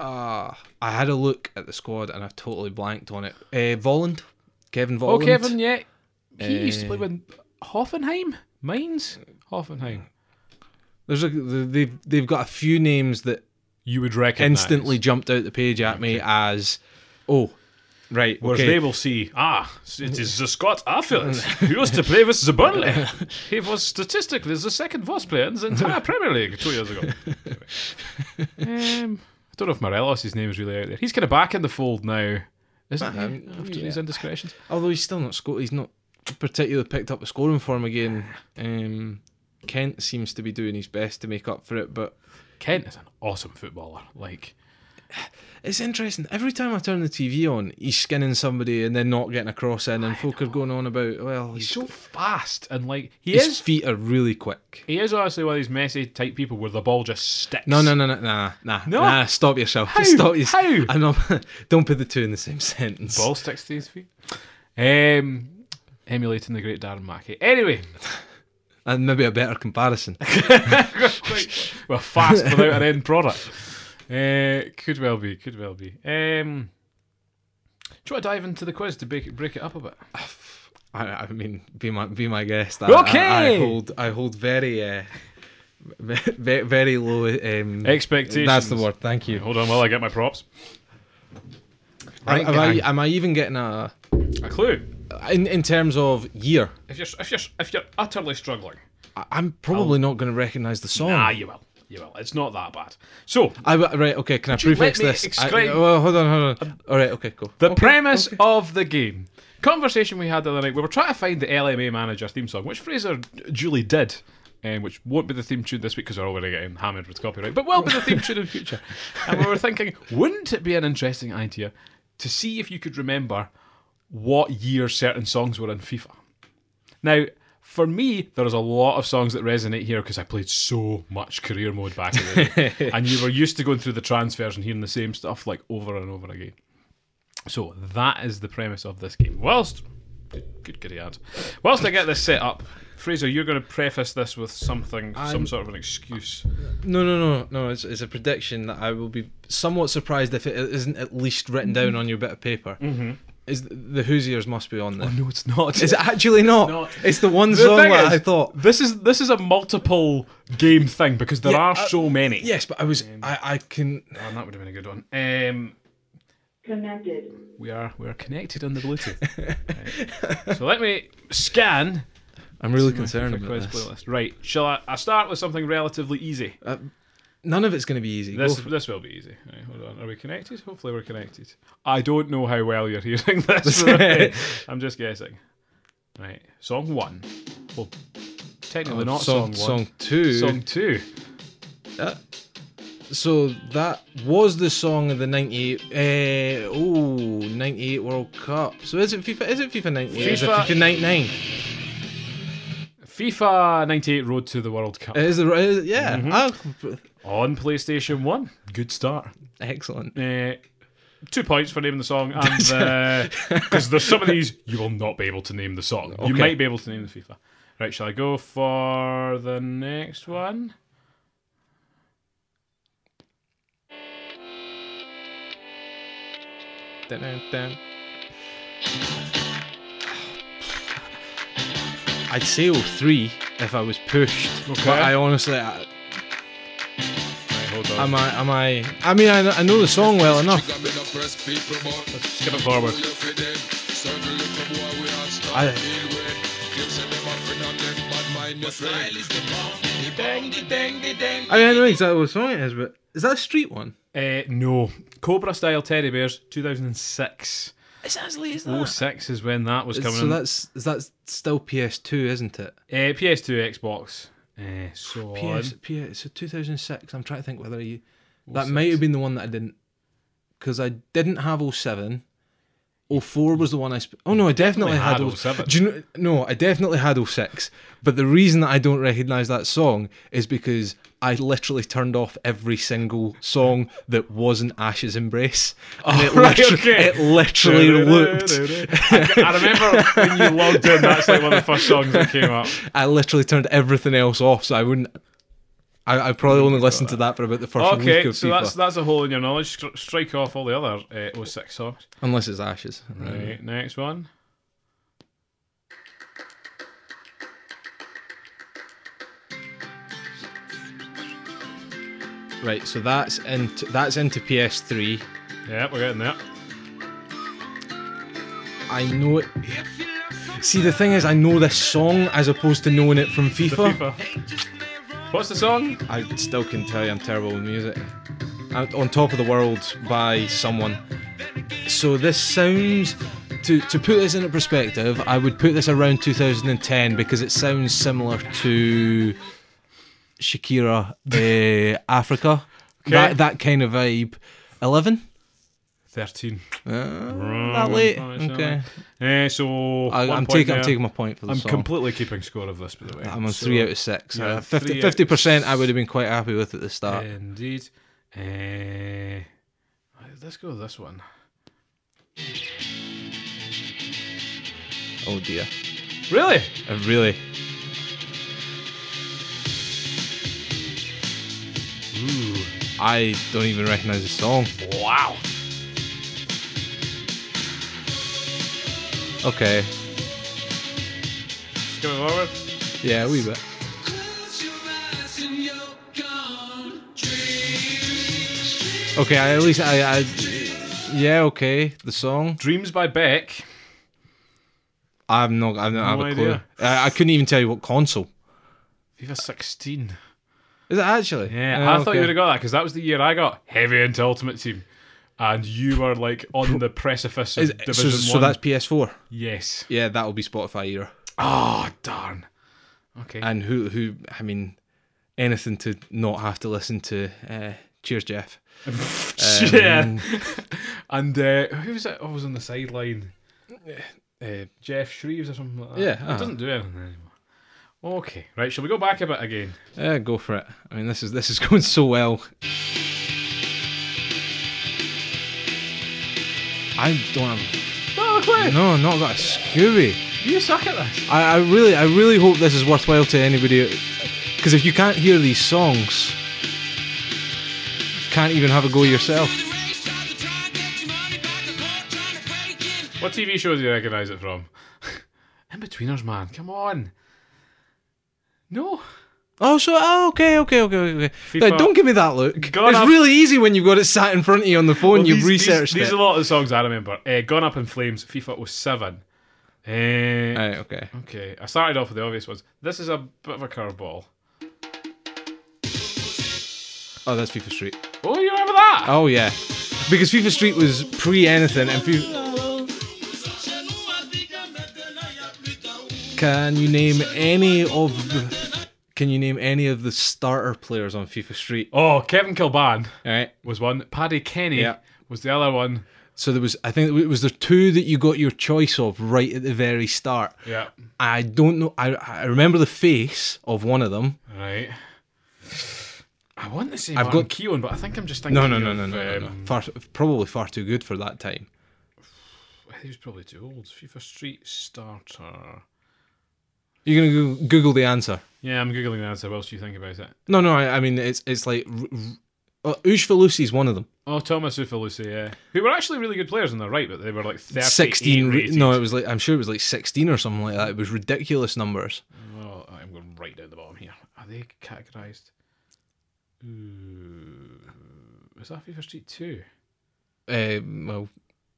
Speaker 2: Uh, I had a look at the squad and I've totally blanked on it. Uh, Volland, Kevin
Speaker 1: oh,
Speaker 2: Volland.
Speaker 1: Kevin. Yeah. He used to play
Speaker 2: Eh.
Speaker 1: with Hoffenheim. Mines. Hoffenheim.
Speaker 2: There's a, they've they've got a few names that
Speaker 1: You would recognize
Speaker 2: instantly jumped out the page at me as, oh, right,
Speaker 1: Whereas
Speaker 2: okay.
Speaker 1: they will see, ah, it is the Scott Arfield who used to play with the Burnley.
Speaker 2: [LAUGHS]
Speaker 1: He was statistically the second worst player in the entire Premier League two years ago.
Speaker 2: [LAUGHS]
Speaker 1: Anyway. um, I don't know if Morelos' name is really out there. He's kind of back in the fold now, isn't he?
Speaker 2: Um,
Speaker 1: After
Speaker 2: yeah.
Speaker 1: these indiscretions.
Speaker 2: Although he's still not scored, he's not particularly picked up the scoring form again. Um, Kent seems to be doing his best to make up for it, but
Speaker 1: Kent is an awesome footballer. Like,
Speaker 2: It's interesting. Every time I turn the TV on, he's skinning somebody and then not getting a cross in, and folk are going on about, well,
Speaker 1: he's
Speaker 2: his,
Speaker 1: so fast and like he
Speaker 2: his
Speaker 1: is.
Speaker 2: feet are really quick.
Speaker 1: He is honestly one of these messy type people where the ball just sticks.
Speaker 2: No, no, no, no, nah, nah,
Speaker 1: No?
Speaker 2: nah. Stop yourself.
Speaker 1: How?
Speaker 2: Stop yourself.
Speaker 1: How?
Speaker 2: I'm not, [LAUGHS] don't put the two in the same [LAUGHS] sentence.
Speaker 1: Ball sticks to his feet. Um, emulating the great Darren Mackey. Anyway.
Speaker 2: And maybe a better comparison.
Speaker 1: [LAUGHS] Quite- well, fast without an end product. Uh, could well be, could well be. Um, do you want to dive into the quiz to break it, break it up a bit?
Speaker 2: I, I mean, be my be my guest. I, I, I
Speaker 1: Okay.
Speaker 2: hold I hold very uh, very, very low um,
Speaker 1: Expectations.
Speaker 2: That's the word. Thank you.
Speaker 1: Hold on while I get my props. Right,
Speaker 2: am, I,
Speaker 1: gang.
Speaker 2: am I even getting a
Speaker 1: A clue.
Speaker 2: in in terms of year?
Speaker 1: If you're if you're if you're utterly struggling,
Speaker 2: I- I'm probably not going to recognise the song.
Speaker 1: ah, Oh. you will, you will. It's not that bad. So
Speaker 2: I, w- right, okay, can I
Speaker 1: you
Speaker 2: prefix
Speaker 1: let me
Speaker 2: this? I-
Speaker 1: exclaim-
Speaker 2: well, hold on, hold on. All right, okay, cool.
Speaker 1: The premise of the game. Conversation we had the other night. We were trying to find the LMA manager theme song, which Fraser duly did, um, which won't be the theme tune this week because we're already getting hammered with copyright, but will be the theme tune in
Speaker 2: [LAUGHS]
Speaker 1: future. And we were thinking, wouldn't it be an interesting idea to see if you could remember what year certain songs were in FIFA? Now, for me, there is a lot of songs that resonate here because I played so much career
Speaker 2: [LAUGHS]
Speaker 1: mode back in the day. and you were used to going through the transfers and hearing the same stuff like over and over again. So that is the premise of this game. Whilst good, good giddy aunt. Whilst I get this set up, Fraser, you're going to preface this with something, some
Speaker 2: I'm-
Speaker 1: sort of an excuse.
Speaker 2: No, no, no, no. It's, it's a prediction that I will be somewhat surprised if it isn't at least written down on your bit of paper. Mm-hmm. Is the Hoosiers must be on there?
Speaker 1: No, it's not.
Speaker 2: Is it actually not?
Speaker 1: not.
Speaker 2: It's the one
Speaker 1: the
Speaker 2: song
Speaker 1: thing
Speaker 2: that
Speaker 1: is,
Speaker 2: I thought.
Speaker 1: this is this is a multiple game thing because there
Speaker 2: Yeah,
Speaker 1: are
Speaker 2: uh,
Speaker 1: so many.
Speaker 2: Yes, but I was. I, I can.
Speaker 1: Oh, that would have been a good one. Um,
Speaker 3: Connected.
Speaker 1: we are we are connected on the
Speaker 2: [LAUGHS]
Speaker 1: Bluetooth. Right. So let me scan
Speaker 2: I'm really
Speaker 1: my
Speaker 2: concerned
Speaker 1: FIFA
Speaker 2: about
Speaker 1: quiz
Speaker 2: this.
Speaker 1: playlist. Right, shall I? I start with something relatively easy.
Speaker 2: None of it's going to be easy. Go
Speaker 1: This
Speaker 2: for it.
Speaker 1: this will be easy. Right, hold on. Are we connected? Hopefully we're connected. I don't know how well you're hearing [LAUGHS] this. right. I'm just guessing. Right. Song one. Well technically not Oh, song,
Speaker 2: song,
Speaker 1: one.
Speaker 2: song two.
Speaker 1: Song two.
Speaker 2: So that was the song of the 98 uh, oh 98 World Cup. So is it FIFA is it FIFA 98? Is it
Speaker 1: FIFA
Speaker 2: FIFA 99?
Speaker 1: FIFA 98 Road to the World Cup.
Speaker 2: It is the is it- yeah.
Speaker 1: Mm-hmm.
Speaker 2: Ah,
Speaker 1: on PlayStation 1. Good start.
Speaker 2: excellent.
Speaker 1: Uh, two points for naming the song, [LAUGHS] and because there's some of these you will not be able to name the song.
Speaker 2: Okay.
Speaker 1: You might be able to name the FIFA. Right, shall I go for the next one?
Speaker 2: Dun, dun. [SIGHS] I'd say 03 if I was pushed.
Speaker 1: Okay.
Speaker 2: But I honestly I,
Speaker 1: Right, hold on.
Speaker 2: am I am I I mean I, kn- I know the song well enough.
Speaker 1: Let's skip it forward.
Speaker 2: I I mean I know exactly what song it is, but is that a street one?
Speaker 1: Uh, no. Cobra Style Teddy Bears, 2006.
Speaker 2: It's actually is
Speaker 1: 06 is when that was coming
Speaker 2: So
Speaker 1: in.
Speaker 2: that's is that still PS2, isn't it?
Speaker 1: Uh, PS2, Xbox. Uh, so on.
Speaker 2: PS, PS, so 2006. I'm trying to think whether you. That might have been the one that I didn't. Because I didn't have 07. 04 was the one I. Sp- oh no, I definitely had,
Speaker 1: had 07.
Speaker 2: 07. Do you know, no, I definitely had 06. But the reason that I don't recognise that song is because I literally turned off every single song that wasn't
Speaker 1: [LAUGHS]
Speaker 2: Ash's Embrace. And it,
Speaker 1: right,
Speaker 2: liter-
Speaker 1: okay.
Speaker 2: it literally
Speaker 1: [LAUGHS]
Speaker 2: looped.
Speaker 1: I, I remember when you logged in, that's like one of the first songs that came up.
Speaker 2: I literally turned everything else off, so I wouldn't. I, I probably only listened to that for about the first week
Speaker 1: Oh Okay,
Speaker 2: of
Speaker 1: so
Speaker 2: FIFA,
Speaker 1: that's that's a hole in your knowledge. Stri- Strike off all the other uh, 06 songs.
Speaker 2: unless it's Ashes. Right.
Speaker 1: Right, next one.
Speaker 2: right, so that's into that's into PS3.
Speaker 1: Yeah, we're getting there.
Speaker 2: I know it. See, the thing is, I know this song as opposed to knowing it from
Speaker 1: The
Speaker 2: FIFA.
Speaker 1: FIFA. What's the song?
Speaker 2: I still can tell you I'm terrible with music. I'm on top of the world by someone. So this sounds. To, to put this into perspective, I would put this around 2010 because it sounds similar to Shakira, [LAUGHS] uh, Africa, that that kind of vibe. Eleven,
Speaker 1: 13.
Speaker 2: uh, that late. Okay,
Speaker 1: Eh, so
Speaker 2: I,
Speaker 1: one
Speaker 2: I'm
Speaker 1: point
Speaker 2: taking I'm
Speaker 1: there.
Speaker 2: taking my point for the
Speaker 1: I'm
Speaker 2: song.
Speaker 1: completely keeping score of this, by the way.
Speaker 2: I'm on
Speaker 1: So-
Speaker 2: three out of six.
Speaker 1: yeah,
Speaker 2: Uh,
Speaker 1: three
Speaker 2: 50
Speaker 1: out-
Speaker 2: percent, I would have been quite happy with at the
Speaker 1: Uh,
Speaker 2: start.
Speaker 1: Indeed. Eh, let's go with this one.
Speaker 2: Oh dear,
Speaker 1: Really?
Speaker 2: I really.
Speaker 1: Ooh.
Speaker 2: I don't even recognise the song.
Speaker 1: Wow.
Speaker 2: Okay.
Speaker 1: Skip it forward.
Speaker 2: Yeah, a wee bit. Okay, I, at least I, I. Yeah, okay. The song.
Speaker 1: Dreams by Beck.
Speaker 2: I've not. I've not
Speaker 1: No
Speaker 2: have a clue. Uh,
Speaker 1: idea.
Speaker 2: I, I couldn't even tell you what console.
Speaker 1: FIFA 16.
Speaker 2: Is it actually?
Speaker 1: Yeah,
Speaker 2: Oh,
Speaker 1: I thought
Speaker 2: okay.
Speaker 1: you would have got that because that was the year I got heavy into Ultimate Team, and you were like on the precipice of
Speaker 2: Is-
Speaker 1: Division One.
Speaker 2: so, so that's PS4.
Speaker 1: yes.
Speaker 2: Yeah, that'll be Spotify era.
Speaker 1: Oh darn. Okay.
Speaker 2: And who, who? I mean, anything to not have to listen to. Uh, cheers, Jeff.
Speaker 1: [LAUGHS]
Speaker 2: um,
Speaker 1: yeah. and uh, who was it? I was on the sideline.
Speaker 2: Uh,
Speaker 1: Jeff Shreves or something like that.
Speaker 2: Yeah,
Speaker 1: It
Speaker 2: uh-huh.
Speaker 1: doesn't do anything anymore. Okay, right. Shall we go back a bit again?
Speaker 2: yeah, uh, go for it. I mean, this is this is [LAUGHS] going so well. I I don't have.
Speaker 1: Oh, Clay,
Speaker 2: No, not got a Scooby.
Speaker 1: you suck at this.
Speaker 2: I, I really, I really hope this is worthwhile to anybody, because if you can't hear these songs, can't even have a go yourself.
Speaker 1: What TV show do you recognise it from? [LAUGHS] In Betweeners, man. Come on. No.
Speaker 2: Oh, so oh, okay, okay, okay, okay. okay.
Speaker 1: FIFA.
Speaker 2: Now, don't give me that look.
Speaker 1: Gone
Speaker 2: it's
Speaker 1: up-
Speaker 2: really easy when you've got it sat in front of you on the phone.
Speaker 1: Well,
Speaker 2: you've
Speaker 1: these- these-
Speaker 2: researched
Speaker 1: These,
Speaker 2: it.
Speaker 1: are a lot of the songs I remember. Uh, Gone Up in Flames, FIFA 07. Uh,
Speaker 2: Right, okay.
Speaker 1: Okay, I started off with the obvious ones. This is a bit of a curveball.
Speaker 2: Oh, that's FIFA Street.
Speaker 1: Oh, you remember that?
Speaker 2: Oh yeah, because FIFA Street was pre anything, and FIFA. Can you name any of the? Can you name any of the starter players on FIFA Street?
Speaker 1: Oh, Kevin Kilban
Speaker 2: All right.
Speaker 1: was one. Paddy Kenny
Speaker 2: Yeah.
Speaker 1: was the other one.
Speaker 2: So there was, I think it was the two that you got your choice of right at the very start.
Speaker 1: Yeah.
Speaker 2: I don't know. I I remember the face of one of them.
Speaker 1: Right. I want to say
Speaker 2: I've
Speaker 1: I've
Speaker 2: got-
Speaker 1: got Keown, but I think I'm just thinking.
Speaker 2: No, no, no,
Speaker 1: of,
Speaker 2: no, no, no, no.
Speaker 1: um,
Speaker 2: Far, probably far too good for that time.
Speaker 1: He was probably too old. FIFA Street Starter.
Speaker 2: You're gonna go- Google the answer.
Speaker 1: Yeah, I'm googling the answer. What else do you think about it?
Speaker 2: No, no. I, I mean, it's it's like r- r- uh, Ush Velusi's one of them.
Speaker 1: Oh, Thomas Ufalusi, yeah. Who were actually really good players in their right, but they were like 38
Speaker 2: 16 re-
Speaker 1: rated.
Speaker 2: no it was like i'm sure it was like 16 or something like that it was ridiculous numbers
Speaker 1: Oh, I'm going right down the bottom here. Are they categorised? Ooh. Is that FIFA Street 2?
Speaker 2: uh, well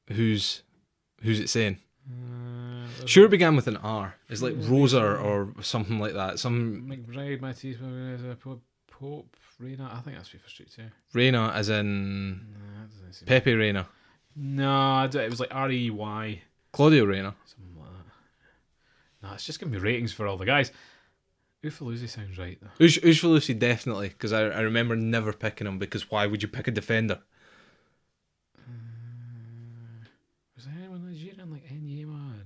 Speaker 2: who's who's it saying
Speaker 1: Uh, there's
Speaker 2: sure it began with an r it's like rosa or something like that some
Speaker 1: McBride, my teeth, Pope, Reina. I think that's FIFA Street 2.
Speaker 2: reina as in
Speaker 1: No, that doesn't seem.
Speaker 2: pepe reina
Speaker 1: No, I don't- it was like R E Y.
Speaker 2: claudio reina
Speaker 1: Something like that. No, it's just going to be ratings for all the guys. Ufalusi sounds right, though.
Speaker 2: Ush Ushvalusi definitely because I, I remember never picking him because why would you pick a defender
Speaker 1: Was there anyone Nigerian like Enye man?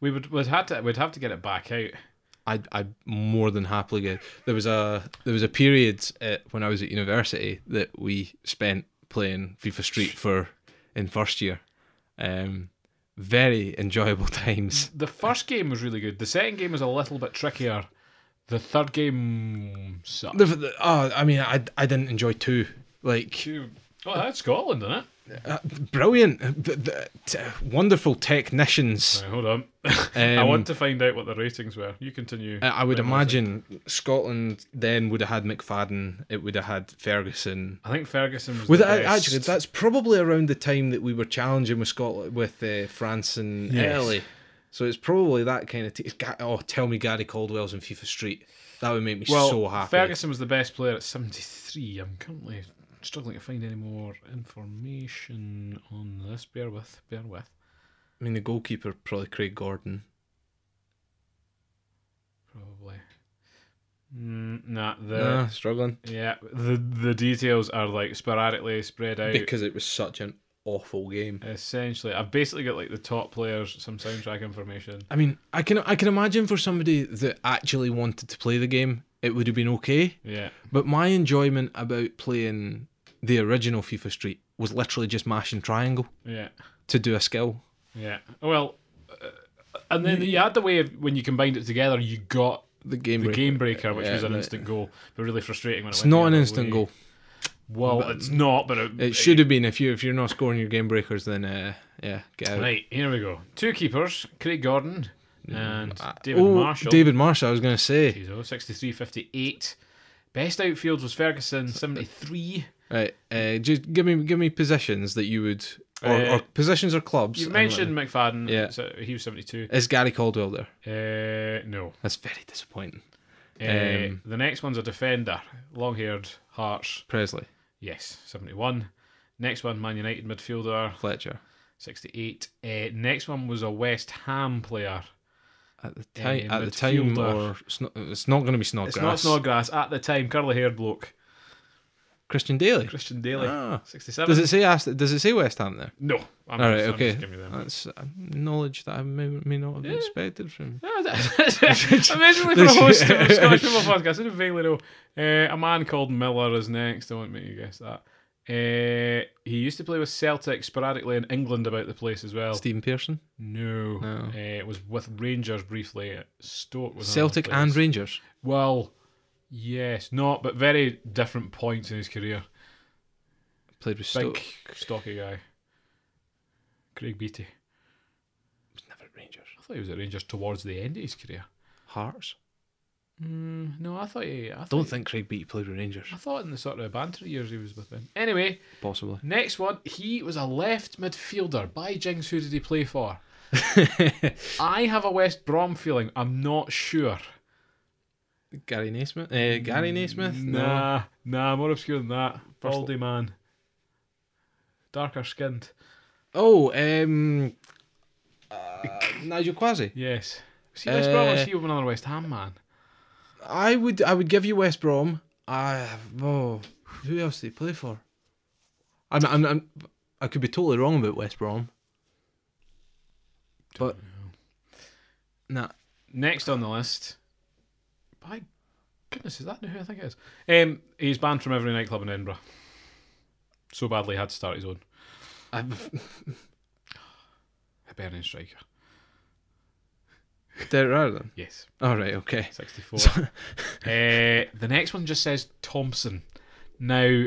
Speaker 1: We would would had to we'd have to get it back out.
Speaker 2: I'd, I'd more than happily get. There was a there was a period uh, when I was at university that we spent playing FIFA Street for in first year. Um, very enjoyable [LAUGHS] times.
Speaker 1: The first game was really good. The second game was a little bit trickier. The third game sucked.
Speaker 2: The, the- oh, I mean, I, I didn't enjoy two. Like
Speaker 1: Two- Oh, that's Scotland, isn't it?
Speaker 2: uh, brilliant, b- b- t- wonderful technicians.
Speaker 1: Right, hold on. [LAUGHS] I
Speaker 2: Um, uh,
Speaker 1: want to find out what the ratings were. You continue.
Speaker 2: I I would
Speaker 1: When was it?
Speaker 2: imagine Scotland then would have had McFadden. It would have had Ferguson.
Speaker 1: I think Ferguson was
Speaker 2: With
Speaker 1: the
Speaker 2: I-
Speaker 1: best.
Speaker 2: actually, that's probably around the time that we were challenging with Scotland, with uh, France and
Speaker 1: Yes.
Speaker 2: Italy. So it's probably that kind of. T- it's Ga- oh, tell me, Gary Caldwell's in FIFA Street. That would make me
Speaker 1: well,
Speaker 2: so happy.
Speaker 1: Ferguson was the best player at seventy three. I'm currently struggling to find any more information on this. Bear with, bear with.
Speaker 2: I mean, the goalkeeper probably Craig Gordon.
Speaker 1: Probably. Mm, nah, the
Speaker 2: Nah, struggling
Speaker 1: yeah, the the details are like sporadically spread out.
Speaker 2: because it was such an awful game.
Speaker 1: Essentially, I've basically got like the top players, some soundtrack information.
Speaker 2: I mean, I can I can imagine for somebody that actually wanted to play the game, it would have been okay.
Speaker 1: Yeah,
Speaker 2: But my enjoyment about playing the original FIFA Street was literally just mashing triangle
Speaker 1: yeah,
Speaker 2: to do a skill.
Speaker 1: yeah. Well, uh, and then you had the way of when you combined it together, you got
Speaker 2: The game.
Speaker 1: the
Speaker 2: breaker.
Speaker 1: game breaker, which
Speaker 2: Yeah,
Speaker 1: was an
Speaker 2: but-
Speaker 1: instant goal, but really frustrating when it
Speaker 2: It's
Speaker 1: went the
Speaker 2: not an
Speaker 1: other
Speaker 2: instant
Speaker 1: way.
Speaker 2: goal.
Speaker 1: Well, it's not, but it,
Speaker 2: It should have been. If you if you're not scoring your game breakers, then uh, yeah, get out.
Speaker 1: Right here we go. Two keepers: Craig Gordon and David
Speaker 2: Mm, oh,
Speaker 1: Marshall.
Speaker 2: David Marshall. I was gonna say.
Speaker 1: He's 63 58. Best outfield was Ferguson,
Speaker 2: uh,
Speaker 1: 73.
Speaker 2: Right. Uh, just give me give me positions that you would or,
Speaker 1: Uh,
Speaker 2: or positions or clubs.
Speaker 1: You
Speaker 2: and let
Speaker 1: mentioned
Speaker 2: me-
Speaker 1: McFadden,
Speaker 2: Yeah.
Speaker 1: so he was 72.
Speaker 2: Is Gary Caldwell there?
Speaker 1: Uh, no.
Speaker 2: That's very disappointing.
Speaker 1: Uh,
Speaker 2: Um,
Speaker 1: the next one's a defender, long haired Hearts,
Speaker 2: Presley,
Speaker 1: yes, 71. Next one, Man United midfielder,
Speaker 2: Fletcher.
Speaker 1: 68. Uh, next one was a West Ham player.
Speaker 2: At the
Speaker 1: Uh,
Speaker 2: time, at the time, or
Speaker 1: midfielder.
Speaker 2: it's not, it's not going to be Snodgrass.
Speaker 1: It's not Snodgrass at the time, curly haired bloke,
Speaker 2: Christian Daly.
Speaker 1: Christian Daly,
Speaker 2: Ah.
Speaker 1: 67.
Speaker 2: Does it say Ast- Does it say West Ham there?
Speaker 1: No. I'm
Speaker 2: All
Speaker 1: not-
Speaker 2: right.
Speaker 1: I'm
Speaker 2: Okay.
Speaker 1: just giving you them.
Speaker 2: That's uh, knowledge that I may, may not have expected from.
Speaker 1: Ah, [LAUGHS] that- Amazingly, for a host of a Scottish football podcast, I didn't vaguely know. Uh, a man called Miller is next. I want me to guess that. Uh, he used to play with Celtic sporadically in England about the place as well.
Speaker 2: Stephen Pearson,
Speaker 1: No,
Speaker 2: No.
Speaker 1: Uh, it was with Rangers briefly. at Stoke was another
Speaker 2: Celtic
Speaker 1: place.
Speaker 2: and Rangers.
Speaker 1: Well, yes, not, but very different points in his career.
Speaker 2: Played with
Speaker 1: Big,
Speaker 2: Stoke.
Speaker 1: stocky guy. Craig Beattie.
Speaker 2: Was never at Rangers.
Speaker 1: I thought he was at Rangers towards the end of his career.
Speaker 2: Hearts.
Speaker 1: Mm, no, I thought he. I
Speaker 2: Don't
Speaker 1: thought-
Speaker 2: think Craig Beattie played with Rangers.
Speaker 1: I thought in the sort of banter years he was with them. Anyway,
Speaker 2: Possibly.
Speaker 1: next one. He was a left midfielder. By Jings, who did he play [LAUGHS] for? I have a West Brom feeling. I'm not sure.
Speaker 2: Gary Naismith. Uh, Gary Naismith.
Speaker 1: Nah, nah, more obscure than that.
Speaker 2: First-
Speaker 1: Baldy man. Darker skinned.
Speaker 2: Oh, um, uh, Nigel Quasi.
Speaker 1: Yes. See West Brom or
Speaker 2: Uh,
Speaker 1: see another West Ham man?
Speaker 2: I would. I would give you West Brom. I. Oh, who else did he play for? I'm. I'm. I'm I could be totally wrong about West Brom. But nah,
Speaker 1: Next on the list. By goodness, is that who I think it is? Um, he's banned from every nightclub in Edinburgh. So badly he had to start his own.
Speaker 2: I'm,
Speaker 1: A Bernie striker.
Speaker 2: [LAUGHS] Derek Riordan.
Speaker 1: Yes.
Speaker 2: All right. Okay.
Speaker 1: 64. [LAUGHS] uh, the next one just says Thompson. Now,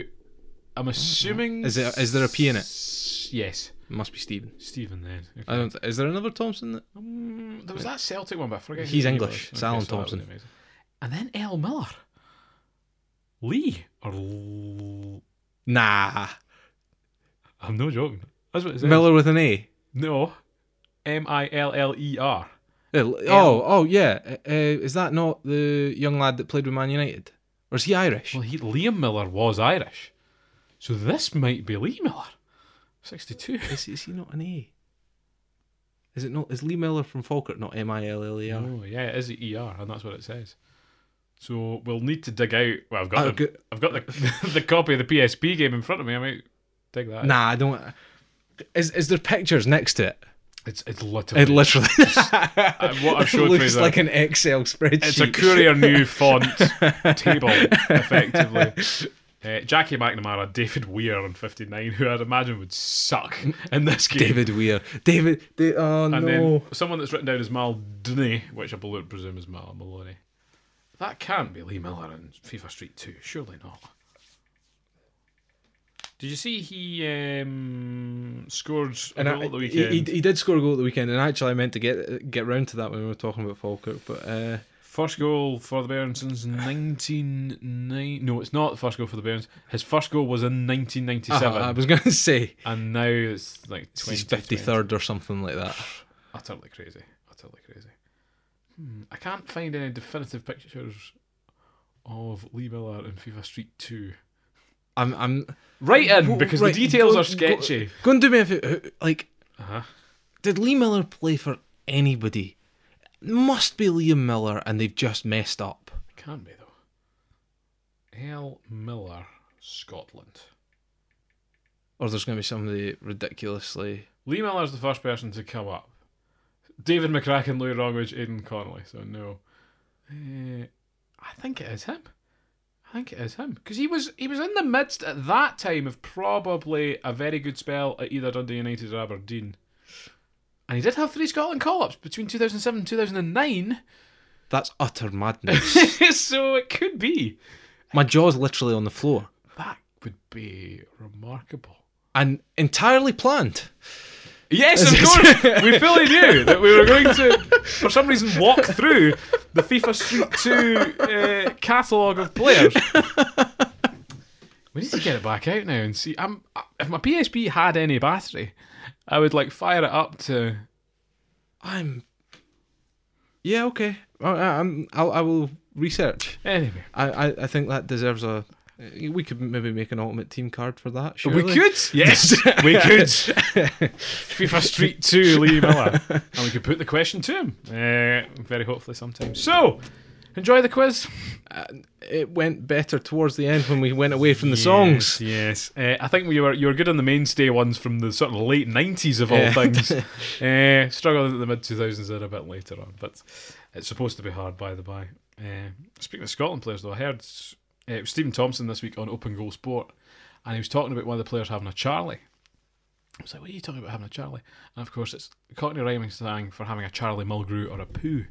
Speaker 1: I'm assuming.
Speaker 2: Is there is there a P in it? Uh,
Speaker 1: S- Yes.
Speaker 2: Must be Stephen.
Speaker 1: Stephen then. Okay.
Speaker 2: I don't. Is there another Thompson? That,
Speaker 1: Mm, there was that Celtic one, but I forget. who
Speaker 2: He's
Speaker 1: he
Speaker 2: English.
Speaker 1: was.
Speaker 2: It's Alan
Speaker 1: that
Speaker 2: Thompson.
Speaker 1: would be amazing. And then L. Miller. Lee. Or. L-
Speaker 2: nah.
Speaker 1: I'm no joking. That's what it says.
Speaker 2: Miller with an E. A.
Speaker 1: No. M I L L E R.
Speaker 2: Uh, l- Oh, oh yeah. Uh, uh, is that not the young lad that played with Man United, or is he Irish?
Speaker 1: Well, he, Liam Miller was Irish. So this might be Lee Miller. 62.
Speaker 2: Is, is he not an A? Is it not? Is Lee Miller from Falkirk not M I L L E R?
Speaker 1: Oh, yeah, it is the ER, and that's what it says. So we'll need to dig out. Well, I've got,
Speaker 2: Oh,
Speaker 1: the,
Speaker 2: good.
Speaker 1: I've got the, [LAUGHS] the copy of the PSP game in front of me. I might dig that. out.
Speaker 2: Nah, I don't. Is is there pictures next to it?
Speaker 1: It's it's literally uh,
Speaker 2: It [LAUGHS] literally
Speaker 1: what
Speaker 2: [LAUGHS]
Speaker 1: I've showed
Speaker 2: looks
Speaker 1: me is
Speaker 2: like
Speaker 1: a-
Speaker 2: an Excel spreadsheet.
Speaker 1: it's a courier new font table, effectively. Uh, Jackie McNamara, David Weir on 59, who I'd imagine would suck in this game.
Speaker 2: [LAUGHS] David Weir. David. Da- oh
Speaker 1: and
Speaker 2: no.
Speaker 1: then someone that's written down as Maldini, which I believe, presume is Mal Maloney. That can't be Lee Miller in FIFA Street 2. Surely not. Did you see he um, scored a
Speaker 2: And
Speaker 1: goal
Speaker 2: I,
Speaker 1: at the
Speaker 2: he,
Speaker 1: weekend?
Speaker 2: he, he did score a goal at the weekend, and actually, I meant to get get round to that when we were talking about Falkirk, but uh,
Speaker 1: First goal for the Barons since 1990. No, it's not the first goal for the Barons. His first goal was in 1997,
Speaker 2: Uh, I, I was going to [LAUGHS] say
Speaker 1: and now it's like
Speaker 2: Uh-huh. he's
Speaker 1: 20,
Speaker 2: fifty
Speaker 1: 20.
Speaker 2: third or something like that.
Speaker 1: Utterly crazy. Utterly crazy. Hmm. I can't find any definitive pictures of Lee Miller in FIFA Street 2.
Speaker 2: I'm I'm
Speaker 1: Right in,
Speaker 2: Well,
Speaker 1: because
Speaker 2: right,
Speaker 1: the details
Speaker 2: go-
Speaker 1: are sketchy.
Speaker 2: Go, go and do me a favor. Like,
Speaker 1: Uh-huh.
Speaker 2: did Lee Miller play for anybody? Must be Liam Miller, and they've just messed up.
Speaker 1: Can be, though. L. Miller, Scotland.
Speaker 2: Or there's going to be somebody ridiculously.
Speaker 1: Lee Miller's the first person to come up. David McCracken, Louis Rongridge, Aidan Connolly. So no, Eh, I think it is him. I think it is him because he was he was in the midst at that time of probably a very good spell at either Dundee United or Aberdeen, and he did have three Scotland call-ups between 2007 and 2009.
Speaker 2: That's utter madness.
Speaker 1: [LAUGHS] so it could be
Speaker 2: My jaw's literally on the floor.
Speaker 1: that would be remarkable.
Speaker 2: And entirely planned.
Speaker 1: Yes, of [LAUGHS] course. we fully knew that we were going to, for some reason, walk through the FIFA Street 2 uh, catalogue of players. We need to get it back out now and see. I'm, if my PSP had any battery, I would like fire it up to.
Speaker 2: I'm. Yeah, okay. I, I- I'm, I'll, I will research.
Speaker 1: Anyway,
Speaker 2: I, I, I think that deserves a. We could maybe make an ultimate team card for that.
Speaker 1: we
Speaker 2: surely.
Speaker 1: could. Yes, [LAUGHS] we could. FIFA Street 2, Lee Miller. And we could put the question to him. Uh, very hopefully sometime. So, enjoy the quiz.
Speaker 2: It went better towards the end when we went away from the songs.
Speaker 1: Yes, yes. Uh, I think we were you were good on the mainstay ones from the sort of late nineties of all
Speaker 2: Yeah. [LAUGHS]
Speaker 1: things. uh, struggled at the mid two thousands and a bit later on, but it's supposed to be hard. By the by, uh, speaking of Scotland players, though, I heard uh, it was Stephen Thompson this week on Open Goal Sport, and he was talking about one of the players having a Charlie. I was like, what are you talking about having a Charlie? And of course, it's Cockney rhyming slang for having a Charlie Mulgrew or a poo.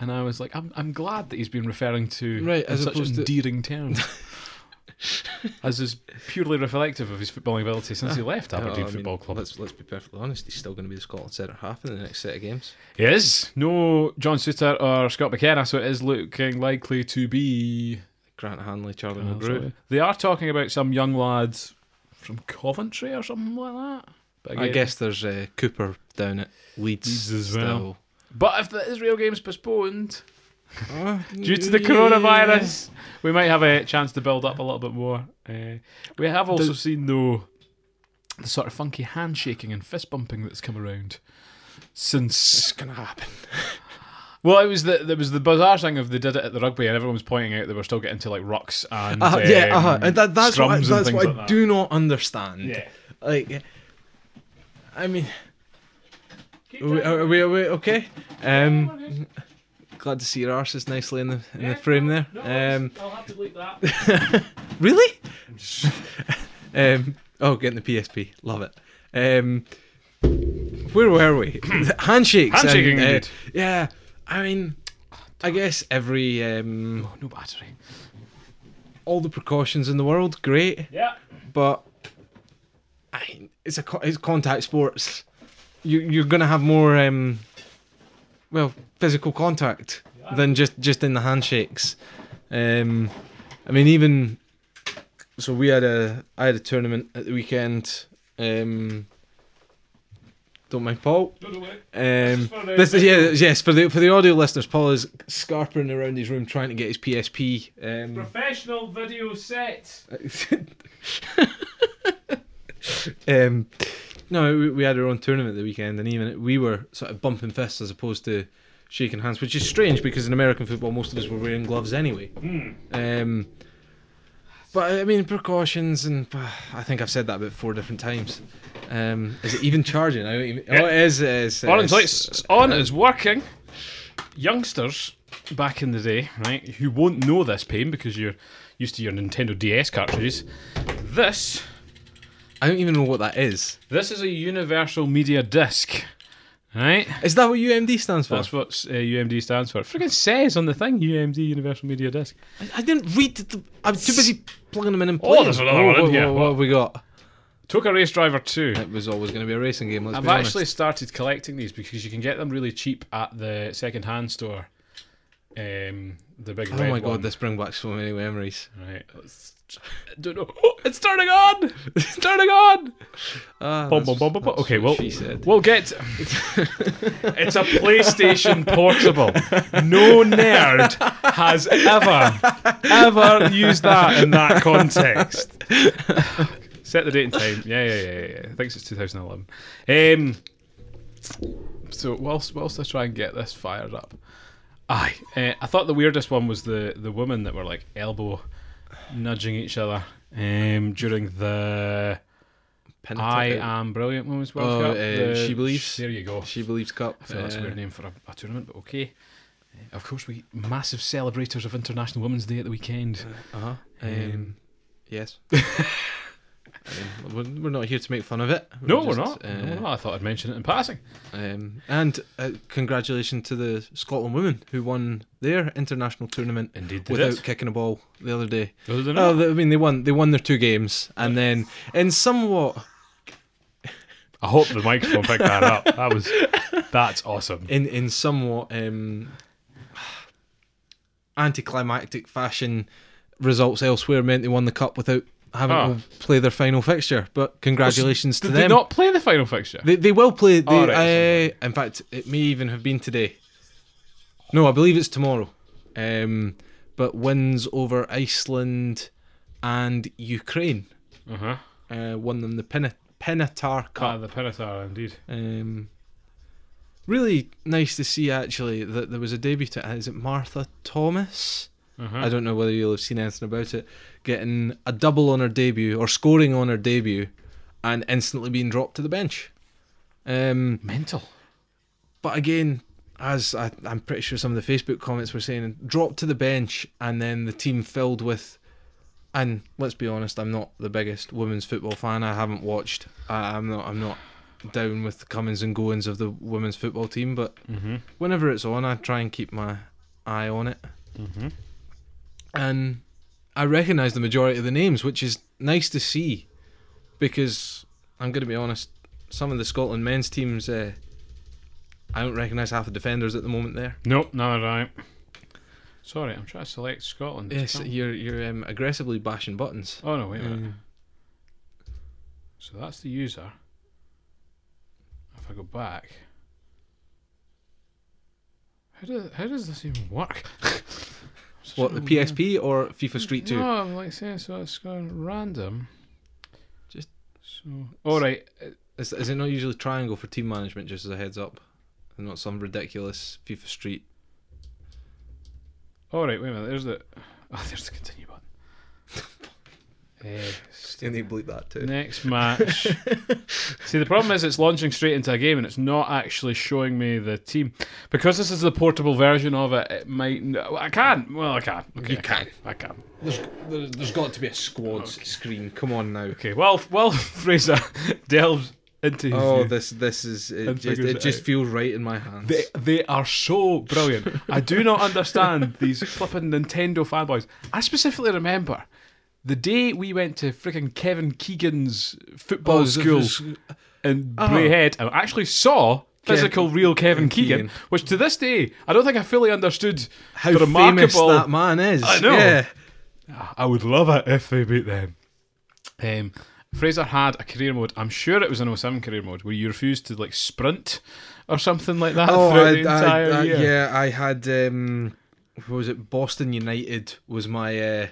Speaker 1: And I was like, I'm, I'm glad that he's been referring to
Speaker 2: Right,
Speaker 1: in
Speaker 2: as
Speaker 1: such
Speaker 2: opposed to-
Speaker 1: endearing terms. as is purely reflective of his footballing ability since he left
Speaker 2: Ah. No,
Speaker 1: Aberdeen
Speaker 2: Oh, I mean,
Speaker 1: Football Club.
Speaker 2: Let's let's be perfectly honest. He's still going to be the Scotland centre half in the next set of games.
Speaker 1: Yes, no John Suter or Scott McKenna, so it is looking likely to be.
Speaker 2: Grant Hanley, Charlie
Speaker 1: Oh,
Speaker 2: McGrew.
Speaker 1: They are talking about some young lads from Coventry or something like that. But
Speaker 2: I guess there's uh, Cooper down at Leeds,
Speaker 1: Leeds as
Speaker 2: still.
Speaker 1: well. But if the Israel game's postponed due to the
Speaker 2: Yeah.
Speaker 1: coronavirus, we might have a chance to build up a little bit more. Uh, we have also seen though the sort of funky handshaking and fist bumping that's come around since
Speaker 2: It's gonna happen.
Speaker 1: [LAUGHS] Well, it was the there was the bizarre thing of they did it at the rugby, and everyone was pointing out they were still getting to like rocks and
Speaker 2: Uh, yeah,
Speaker 1: um,
Speaker 2: uh, and that, that's
Speaker 1: strums
Speaker 2: what I,
Speaker 1: and
Speaker 2: that's
Speaker 1: things
Speaker 2: what I
Speaker 1: like that.
Speaker 2: do not understand.
Speaker 1: Yeah.
Speaker 2: Like, I mean, are we, are we, are we okay? Um, glad to see your arse is nicely in the in the frame there. Um,
Speaker 1: I'll have to delete that.
Speaker 2: really? [LAUGHS] um, oh, getting the PSP, love it. Um, where were we? Handshakes. and,
Speaker 1: Handshaking,
Speaker 2: uh,
Speaker 1: indeed.
Speaker 2: yeah, I mean, I guess every um,
Speaker 1: [LAUGHS] oh, no battery.
Speaker 2: all the precautions in the world, great.
Speaker 1: Yeah.
Speaker 2: but I mean, it's a co- it's contact sports. You you're gonna have more um, well, physical contact than just just in the handshakes. Um, I mean, even so, we had a I had a tournament at the weekend. Um, don't mind Paul. Um,
Speaker 1: for the-
Speaker 2: this is, yeah, yes, for the for the audio listeners, Paul is scarpering around his room trying to get his PSP. Um,
Speaker 1: Professional video set. [LAUGHS]
Speaker 2: um, no, we, we had our own tournament the weekend, and even we were sort of bumping fists as opposed to shaking hands, which is strange because in American football, most of us were wearing gloves anyway.
Speaker 1: Hmm.
Speaker 2: Um, but I mean, precautions, and [SIGHS] I think I've said that about four different times. Um, is it even charging? I don't even, Oh, it is. It is it
Speaker 1: Orange
Speaker 2: is.
Speaker 1: lights it's on is working. Youngsters back in the day, right, who won't know this pain because you're used to your Nintendo DS cartridges. This
Speaker 2: I don't even know what that is.
Speaker 1: this is a universal media disc, right?
Speaker 2: Is that what UMD stands for?
Speaker 1: That's what uh, UMD stands for. It freaking says on the thing UMD Universal Media Disc.
Speaker 2: I, I didn't read. The, I'm too busy plugging them in and
Speaker 1: Oh,
Speaker 2: playing.
Speaker 1: there's another one in
Speaker 2: what,
Speaker 1: here.
Speaker 2: What, what have we got?
Speaker 1: Took a Race Driver 2.
Speaker 2: It was always going to be a racing game. Let's
Speaker 1: I've
Speaker 2: be honest.
Speaker 1: actually started collecting these because you can get them really cheap at the second hand store. Um, the big
Speaker 2: Oh
Speaker 1: red
Speaker 2: my god,
Speaker 1: one.
Speaker 2: this brings back so many memories.
Speaker 1: Right. Let's- I don't know. Oh, it's turning on! It's turning on!
Speaker 2: Ah,
Speaker 1: Bum,
Speaker 2: that's-
Speaker 1: bum, bum, bum, bum.
Speaker 2: that's
Speaker 1: Okay,
Speaker 2: what
Speaker 1: well,
Speaker 2: she said.
Speaker 1: we'll get. [LAUGHS] it's a PlayStation Portable. No nerd has ever, ever used that in that context. [SIGHS] Set the date and time. Yeah, yeah, yeah, yeah. yeah. I think it's 2011. Um, so whilst whilst I try and get this fired up, aye, uh, I thought the weirdest one was the the women that were like elbow nudging each other um, during the
Speaker 2: Pin it
Speaker 1: I
Speaker 2: up.
Speaker 1: am um, brilliant women's World
Speaker 2: Oh,
Speaker 1: Cup.
Speaker 2: uh,
Speaker 1: The-
Speaker 2: she believes.
Speaker 1: There you go.
Speaker 2: She believes cup.
Speaker 1: I feel that's a
Speaker 2: uh,
Speaker 1: weird name for a, a tournament, but okay. Uh, Of course, we massive celebrators of International Women's Day at the weekend.
Speaker 2: Uh-huh. Um,
Speaker 1: Um, [LAUGHS]
Speaker 2: yes. Um, we're, we're not here to make fun of it.
Speaker 1: no, we're
Speaker 2: just,
Speaker 1: not. No, we're
Speaker 2: uh,
Speaker 1: not. I thought I'd mention it in passing.
Speaker 2: Um, and uh, congratulations to the Scotland women who won their international tournament
Speaker 1: Indeed, they
Speaker 2: without Um,
Speaker 1: did.
Speaker 2: kicking a ball the other day.
Speaker 1: Other than
Speaker 2: No,
Speaker 1: that,
Speaker 2: I mean they won. They won their two games, and then in somewhat
Speaker 1: I hope the microphone picked that up. That [LAUGHS] was that's awesome.
Speaker 2: in in somewhat um, anticlimactic fashion, results elsewhere meant they won the cup without having
Speaker 1: Ah.
Speaker 2: to play their final fixture. But congratulations
Speaker 1: Did
Speaker 2: to
Speaker 1: they
Speaker 2: them.
Speaker 1: not play the final fixture?
Speaker 2: they, they will play. They,
Speaker 1: Oh, right,
Speaker 2: uh, in fact, it may even have been today. No, I believe it's tomorrow. Um, but wins over Iceland and Ukraine
Speaker 1: Uh huh.
Speaker 2: uh, won them the Pina- Pinatar Cup.
Speaker 1: Ah, the Pinatar, indeed.
Speaker 2: Um, really nice to see actually that there was a debutant. Is it Martha Thomas?
Speaker 1: Uh-huh.
Speaker 2: I don't know whether you'll have seen anything about it. Getting a double on her debut or scoring on her debut, and instantly being dropped to the bench. Um,
Speaker 1: Mental.
Speaker 2: but again, as I, I'm pretty sure some of the Facebook comments were saying, dropped to the bench and then the team filled with And let's be honest, I'm not the biggest women's football fan. I haven't watched. I, I'm not. I'm not down with the comings and goings of the women's football team. But
Speaker 1: Mm-hmm.
Speaker 2: whenever it's on, I try and keep my eye on it.
Speaker 1: Mm-hmm.
Speaker 2: and I recognise the majority of the names, which is nice to see, because I'm going to be honest, some of the Scotland men's teams, uh, I don't recognise half the defenders at the moment. There,
Speaker 1: Nope, not right. Sorry, I'm trying to select Scotland.
Speaker 2: yes,
Speaker 1: Oh.
Speaker 2: you're you're um, aggressively bashing buttons.
Speaker 1: Oh no, wait a minute.
Speaker 2: Um,
Speaker 1: So that's the user. If I go back, how does how does this even work? [LAUGHS]
Speaker 2: what the PSP or FIFA Street Two?
Speaker 1: No, I'm like saying so. It's going random.
Speaker 2: Just-
Speaker 1: so. All right.
Speaker 2: Is, is it not usually triangle for team management? Just as a heads up, and not some ridiculous FIFA Street.
Speaker 1: All right. Wait a minute. There's the. [LAUGHS] Oh, there's the continue button.
Speaker 2: [LAUGHS]
Speaker 1: Eh,
Speaker 2: Still need to bleep that too.
Speaker 1: Next
Speaker 2: [LAUGHS]
Speaker 1: match. See, the problem is it's launching straight into a game and it's not actually showing me the team because this is the portable version of it. It might. No, I can't. Well, I can. Okay,
Speaker 2: You
Speaker 1: I
Speaker 2: can.
Speaker 1: I can.
Speaker 2: There's, there, there's got to be a squad screen. Come on now.
Speaker 1: Okay. Well, [LAUGHS] well, Fraser delves into. His
Speaker 2: Oh,
Speaker 1: youth.
Speaker 2: this this is it.
Speaker 1: And
Speaker 2: Just,
Speaker 1: figures
Speaker 2: it
Speaker 1: it
Speaker 2: just
Speaker 1: out.
Speaker 2: feels right in my hands.
Speaker 1: They, they are so brilliant. I do not understand [LAUGHS] these flipping Nintendo fanboys. I specifically remember the day we went to freaking Kevin Keegan's football
Speaker 2: Oh, so
Speaker 1: school
Speaker 2: this-
Speaker 1: in
Speaker 2: Oh.
Speaker 1: Brayhead and actually saw physical, real Kevin Keegan,
Speaker 2: Keegan.
Speaker 1: which to this day I don't think I fully understood
Speaker 2: How
Speaker 1: the
Speaker 2: famous
Speaker 1: remarkable.
Speaker 2: that man is.
Speaker 1: I know.
Speaker 2: Yeah.
Speaker 1: I would love it if they beat them. Um, Fraser had a career mode. I'm sure it was an 07 career mode where you refused to like sprint or something like that
Speaker 2: Oh,
Speaker 1: throughout
Speaker 2: I,
Speaker 1: the entire
Speaker 2: I, I,
Speaker 1: year.
Speaker 2: yeah. I had. Um, what was it Boston United was my uh,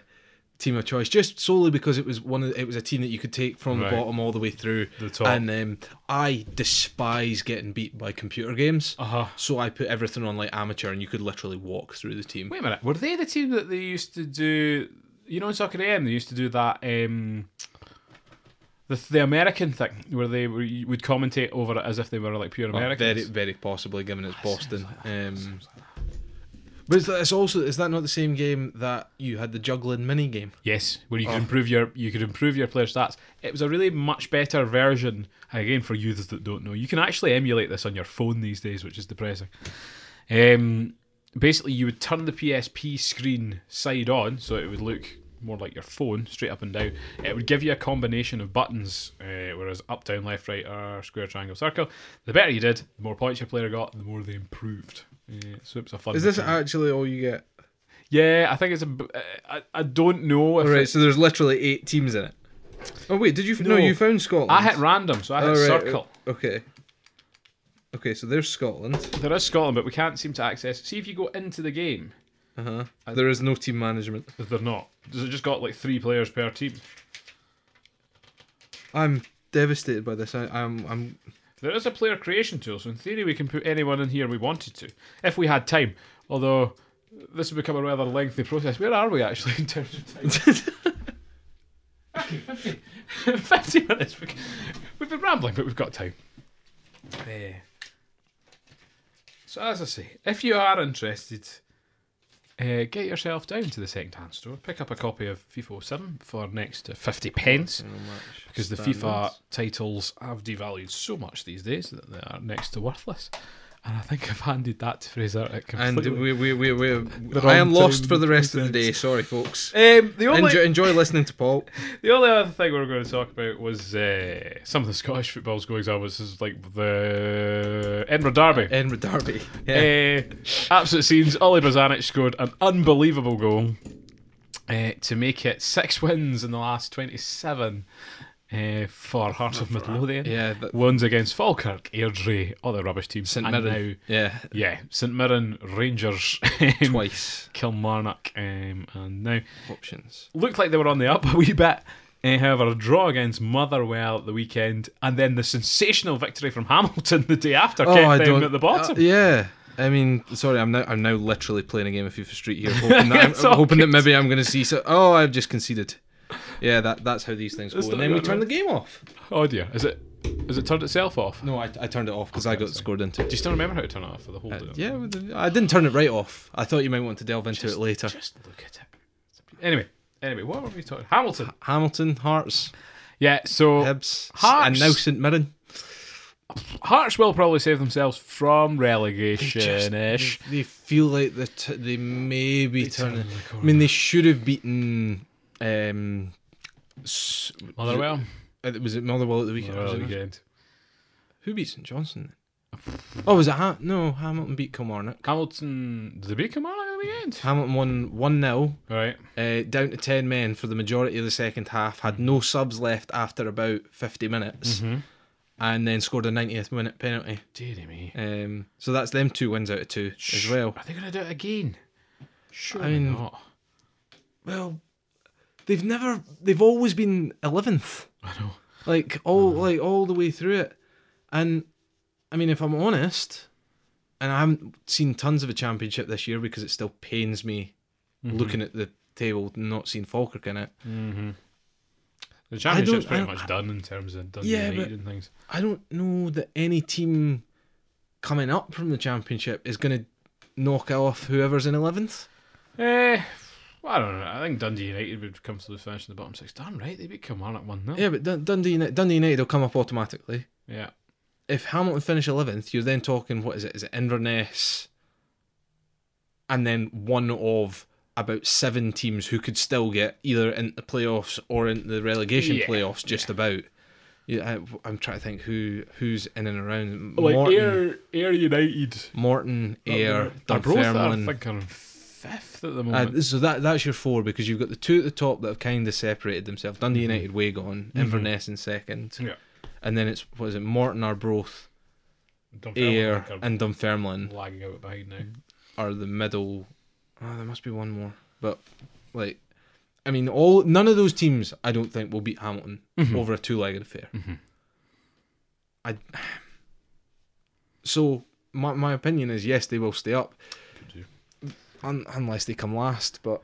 Speaker 2: team of choice, just solely because it was one. Of, it was a team that you could take from
Speaker 1: Right.
Speaker 2: the bottom all the way through.
Speaker 1: The top.
Speaker 2: And um, I despise getting beat by computer games.
Speaker 1: Uh-huh.
Speaker 2: So I put everything on like amateur, and you could literally walk through the team.
Speaker 1: Wait a minute. Were they the team that they used to do? You know, in Soccer AM, they used to do that. Um, the the American thing where they were, you would commentate over it as if they were like pure
Speaker 2: Well,
Speaker 1: Americans.
Speaker 2: Oh, very, very possibly, given it's Boston. Um, but it's, it's also is that not the same game that you had the juggling mini game?
Speaker 1: Yes, where
Speaker 2: Oh.
Speaker 1: you could improve your you could improve your player stats. It was a really much better version. And Again, for youths that don't know, you can actually emulate this on your phone these days, which is depressing. Um, basically, you would turn the PSP screen side on, so it would look more like your phone, straight up and down. It would give you a combination of buttons, uh, whereas up, down, left, right, or square, triangle, circle. The better you did, the more points your player got, the more they improved. Uh, so it was a fun.
Speaker 2: Is this
Speaker 1: mechanic.
Speaker 2: actually all you get?
Speaker 1: yeah, I think it's a. b- uh, I, I don't know if
Speaker 2: All right,
Speaker 1: it's
Speaker 2: so there's literally eight teams in it. Oh wait, did you? No,
Speaker 1: No.
Speaker 2: you found Scotland.
Speaker 1: I hit random, so I hit
Speaker 2: All right,
Speaker 1: circle.
Speaker 2: o- Okay. Okay, so there's Scotland.
Speaker 1: There is Scotland, but we can't seem to access. See if you go into the game.
Speaker 2: Uh huh. There is no team management.
Speaker 1: If they're not, does it just got like three players per team?
Speaker 2: I'm devastated by this. I, I'm. I'm.
Speaker 1: There is a player creation tool, so in theory we can put anyone in here we wanted to, if we had time. Although this would become a rather lengthy process. Where are we actually in terms of time? Okay, [LAUGHS] 50, 50 minutes. We- We've been rambling, but we've got time. Eh. So as I say, if you are interested, uh, get yourself down to the second-hand store, pick up a copy of FIFA 07 for next to 50 pence because the FIFA titles have devalued so much these days that they are next to worthless. And I think [LAUGHS] I've handed that to Fraser. It
Speaker 2: And
Speaker 1: completely.
Speaker 2: we, we, we, we,
Speaker 1: They're
Speaker 2: I
Speaker 1: on
Speaker 2: am lost
Speaker 1: time
Speaker 2: for the rest of the
Speaker 1: defense.
Speaker 2: day.
Speaker 1: [LAUGHS]
Speaker 2: Sorry, folks.
Speaker 1: um, the only
Speaker 2: Enjoy, enjoy listening to Paul. [LAUGHS]
Speaker 1: the only other thing we were going to talk about was uh, some of the Scottish football's goings on was is like the Edinburgh Derby.
Speaker 2: Edinburgh
Speaker 1: [LAUGHS]
Speaker 2: Derby. Yeah.
Speaker 1: Uh, absolute scenes. Oli Bozanic scored an unbelievable goal uh, to make it six wins in the last 27 uh, for Heart of Midlothian.
Speaker 2: yeah. That,
Speaker 1: One's against Falkirk, Airdrie, other rubbish teams.
Speaker 2: St
Speaker 1: and
Speaker 2: Mirren. Yeah.
Speaker 1: now- yeah, St Mirren, Rangers, [LAUGHS]
Speaker 2: Twice
Speaker 1: Kilmarnock, um, and now
Speaker 2: options.
Speaker 1: looked like they were on the up a wee bit. Uh, however, a draw against Motherwell at the weekend, and then the sensational victory from Hamilton [LAUGHS] the day after kept them at the bottom.
Speaker 2: Oh, uh, yeah. I mean, sorry, I'm now I'm now literally playing a game of FIFA Street
Speaker 1: [LAUGHS]
Speaker 2: here, hoping that, I'm,
Speaker 1: It's all
Speaker 2: hoping that
Speaker 1: good.
Speaker 2: maybe I'm going to see. So, oh, I've just conceded. Yeah, that that's how these things
Speaker 1: That's
Speaker 2: go. And
Speaker 1: not
Speaker 2: then we
Speaker 1: good,
Speaker 2: turn
Speaker 1: man.
Speaker 2: the game off.
Speaker 1: Oh dear, is it? Has it turned itself off? Do
Speaker 2: No, I, I turned it off because I got scored into.
Speaker 1: you still remember how to turn it off for the whole
Speaker 2: Uh,
Speaker 1: day?
Speaker 2: yeah, with the- I didn't turn it right off. I thought you might want to delve into it later.
Speaker 1: Just look at it. Anyway, Anyway, what were we talking? Hamilton.
Speaker 2: Hamilton, Hearts,
Speaker 1: Yeah, so
Speaker 2: Hibs,
Speaker 1: Oh, Hearts.
Speaker 2: and now St Mirren.
Speaker 1: Hearts will probably save themselves from relegation ish.
Speaker 2: They feel like they t- they may be
Speaker 1: turn
Speaker 2: turning.
Speaker 1: the corner.
Speaker 2: I mean, they should have beaten. Um, s-
Speaker 1: Motherwell.
Speaker 2: uh, was it Motherwell at the weekend?
Speaker 1: Motherwell
Speaker 2: Was it not?
Speaker 1: weekend.
Speaker 2: Who beat St Johnson? then? Oh, was it Ham? No, Hamilton beat Kilmarnock.
Speaker 1: Hamilton. Did they beat Kilmarnock at the weekend?
Speaker 2: Hamilton won one 0
Speaker 1: Right.
Speaker 2: uh, down to 10 men for the majority of the second half, had no subs left after about 50 minutes, and then scored a 90th minute penalty.
Speaker 1: Dear me.
Speaker 2: Um, so that's them two wins out of two as well.
Speaker 1: Are they going to do it again? Sure. I
Speaker 2: mean-
Speaker 1: not.
Speaker 2: Well, they've never, they've always been 11th,
Speaker 1: I know.
Speaker 2: like all, like all the way through it. And I mean, if I'm honest, and I haven't seen tons of a championship this year because it still pains me looking at the table, not seeing Falkirk in it.
Speaker 1: The championship's
Speaker 2: I
Speaker 1: pretty
Speaker 2: don't-
Speaker 1: much done in terms of Dundee
Speaker 2: Yeah,
Speaker 1: United
Speaker 2: but-
Speaker 1: and things.
Speaker 2: I don't know that any team coming up from the championship is going to knock off whoever's in eleventh.
Speaker 1: Eh, well, I don't know. I think Dundee United would come to the finish in the bottom six. Damn right, they beat Kilmarnock one 0
Speaker 2: Yeah, but Dun- Dundee Uni- Dundee United will come up automatically.
Speaker 1: Yeah.
Speaker 2: If Hamilton finish eleventh, you're then talking what is it? Is it Inverness? And then one of about seven teams who could still get either into the playoffs or into the relegation
Speaker 1: Yeah,
Speaker 2: playoffs, just about. Yeah, I, I'm trying to think who who's in and around.
Speaker 1: Like
Speaker 2: Morton,
Speaker 1: Air Air United.
Speaker 2: Morton, Ayr,
Speaker 1: They're both I
Speaker 2: Dunfermline.
Speaker 1: think are fifth at the
Speaker 2: Uh,
Speaker 1: moment.
Speaker 2: th- so that that's your four because you've got the two at the top that have kind of separated themselves. Dundee United, way gone, Inverness in second,
Speaker 1: Mm-hmm. yeah.
Speaker 2: and then it's what is it? Morton, Arbroath,
Speaker 1: Dunfermline
Speaker 2: Ayr,
Speaker 1: are
Speaker 2: and Dunfermline
Speaker 1: lagging out behind now.
Speaker 2: are the middle. Oh, there must be one more, but like, I mean, all none of those teams I don't think will beat Hamilton
Speaker 1: Mm-hmm.
Speaker 2: over a two-legged affair. I. So my my opinion is yes, they will stay up, un- unless they come last, but.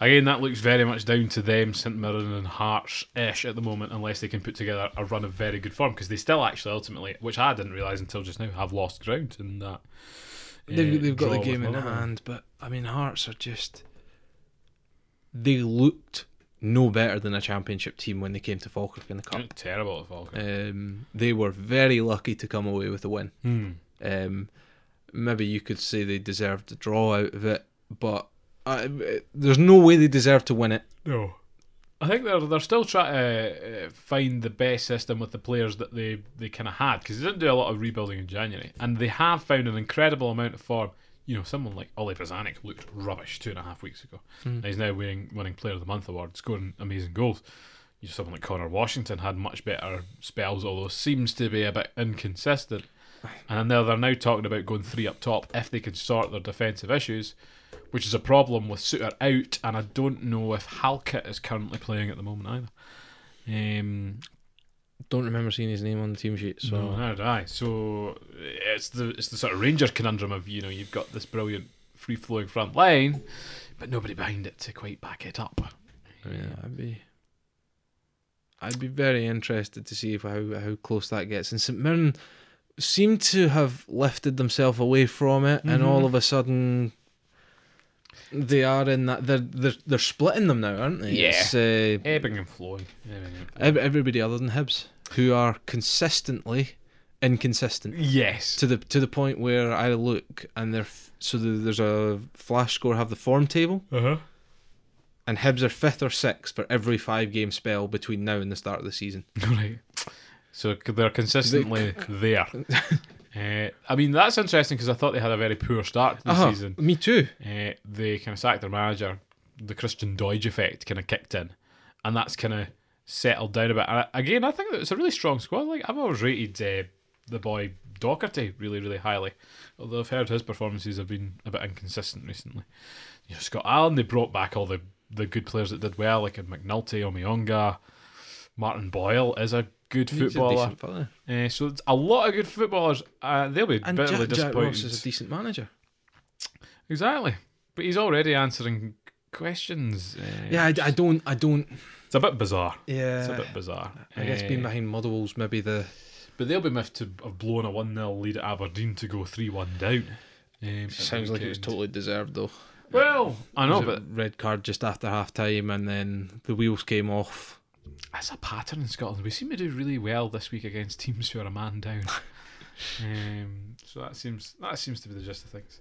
Speaker 1: Again, that looks very much down to them, St Mirren and Hearts ish at the moment, unless they can put together a run of very good form, because they still actually ultimately, which I didn't realise until just now, have lost ground in that.
Speaker 2: They've,
Speaker 1: uh,
Speaker 2: they've got
Speaker 1: draw
Speaker 2: the
Speaker 1: with
Speaker 2: game in
Speaker 1: Motherwell.
Speaker 2: hand, but I mean, Hearts are just. They looked no better than a championship team when they came to Falkirk in the cup.
Speaker 1: They're Terrible at Falkirk.
Speaker 2: Um, they were very lucky to come away with a win.
Speaker 1: Hmm.
Speaker 2: Um, maybe you could say they deserved a draw out of it, but I, there's no way they deserve to win it.
Speaker 1: No. I think they're they're still trying to uh, find the best system with the players that they, they kind of had because they didn't do a lot of rebuilding in January and they have found an incredible amount of form. You know, someone like Ole Brzanic looked rubbish two and a half weeks ago. And he's now winning winning Player of the Month award, scoring amazing goals. You know, someone like Connor Washington had much better spells, although seems to be a bit inconsistent. And now they're now talking about going three up top if they can sort their defensive issues which is a problem with Suter out, and I don't know if Halkett is currently playing at the moment either. Um,
Speaker 2: Don't remember seeing his name on the team sheet, so
Speaker 1: no, neither did I. So it's the it's the sort of Ranger conundrum of you know you've got this brilliant free flowing front line, but nobody behind it to quite back it up.
Speaker 2: Oh, yeah, I'd be. I'd be very interested to see if how how close that gets. And St Mirren seem to have lifted themselves away from it, and all of a sudden they are in that they're they're, they're splitting them now, aren't they?
Speaker 1: Yeah.
Speaker 2: It's, uh,
Speaker 1: Ebbing and flowing. Ebbing and flowing.
Speaker 2: ev- everybody other than Hibs, who are consistently inconsistent
Speaker 1: Yes.
Speaker 2: to the to the point where I look and they're f- so the, there's a flash score have the form table
Speaker 1: Uh [LAUGHS] huh.
Speaker 2: and Hibs are fifth or sixth for every five game spell between now and the start of the season.
Speaker 1: Right. So c- they're consistently there.
Speaker 2: [LAUGHS]
Speaker 1: Uh, I mean that's interesting because I thought they had a very poor start to the
Speaker 2: Uh-huh,
Speaker 1: season.
Speaker 2: Me too.
Speaker 1: uh, they kind of sacked their manager. The Christian Doige effect kind of kicked in, and that's kind of settled down a bit. And I- again, I think that it's a really strong squad. Like I've always rated uh, the boy Docherty really, really highly, although I've heard his performances have been a bit inconsistent recently. You know, Scott Allen, they brought back all the the good players that did well, like McNulty, Omionga, Martin Boyle is a good footballer. Uh, so it's a lot of good footballers. Uh, they'll be
Speaker 2: And
Speaker 1: bitterly
Speaker 2: Jack, Jack
Speaker 1: disappointed.
Speaker 2: Ross is a decent manager.
Speaker 1: Exactly. But he's already answering questions. uh,
Speaker 2: Yeah, I, I don't, I don't.
Speaker 1: It's a bit bizarre.
Speaker 2: Yeah,
Speaker 1: It's a bit bizarre.
Speaker 2: I guess
Speaker 1: Uh,
Speaker 2: being behind Motherwell's maybe the.
Speaker 1: But they'll be miffed to have blown a 1 0 lead at Aberdeen to go 3 1 down. Um, at the
Speaker 2: Sounds like it was
Speaker 1: weekend.
Speaker 2: totally deserved though.
Speaker 1: Well, I know,
Speaker 2: Was
Speaker 1: but
Speaker 2: it red card just after half time, and then the wheels came off.
Speaker 1: That's a pattern in Scotland. We seem to do really well this week against teams who are a man down. um, so that seems that seems to be the gist of things.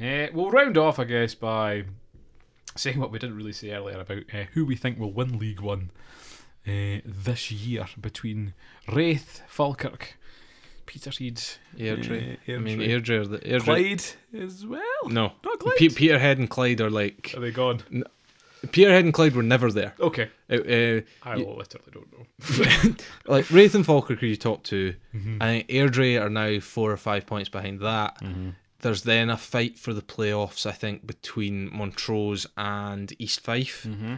Speaker 1: Uh, we'll round off, I guess, by saying what we didn't really say earlier about uh, who we think will win League One uh, this year between Wraith, Falkirk, Peterhead,
Speaker 2: Airdrie.
Speaker 1: uh,
Speaker 2: I mean,
Speaker 1: Airdrie.
Speaker 2: Airdrie. Are the, Airdrie
Speaker 1: Clyde as well.
Speaker 2: No.
Speaker 1: Not Clyde.
Speaker 2: Pe- Peterhead and Clyde are like.
Speaker 1: are they gone?
Speaker 2: Peterhead and Clyde were never there.
Speaker 1: Okay,
Speaker 2: Uh, [LAUGHS]
Speaker 1: I literally don't know.
Speaker 2: uh, like, Wraith and Falkirk are your top 2
Speaker 1: Mm-hmm.
Speaker 2: I think Airdrie are now four or five points behind that.
Speaker 1: Mm-hmm.
Speaker 2: There's then a fight for the playoffs, I think, between Montrose and East Fife.
Speaker 1: Mm-hmm.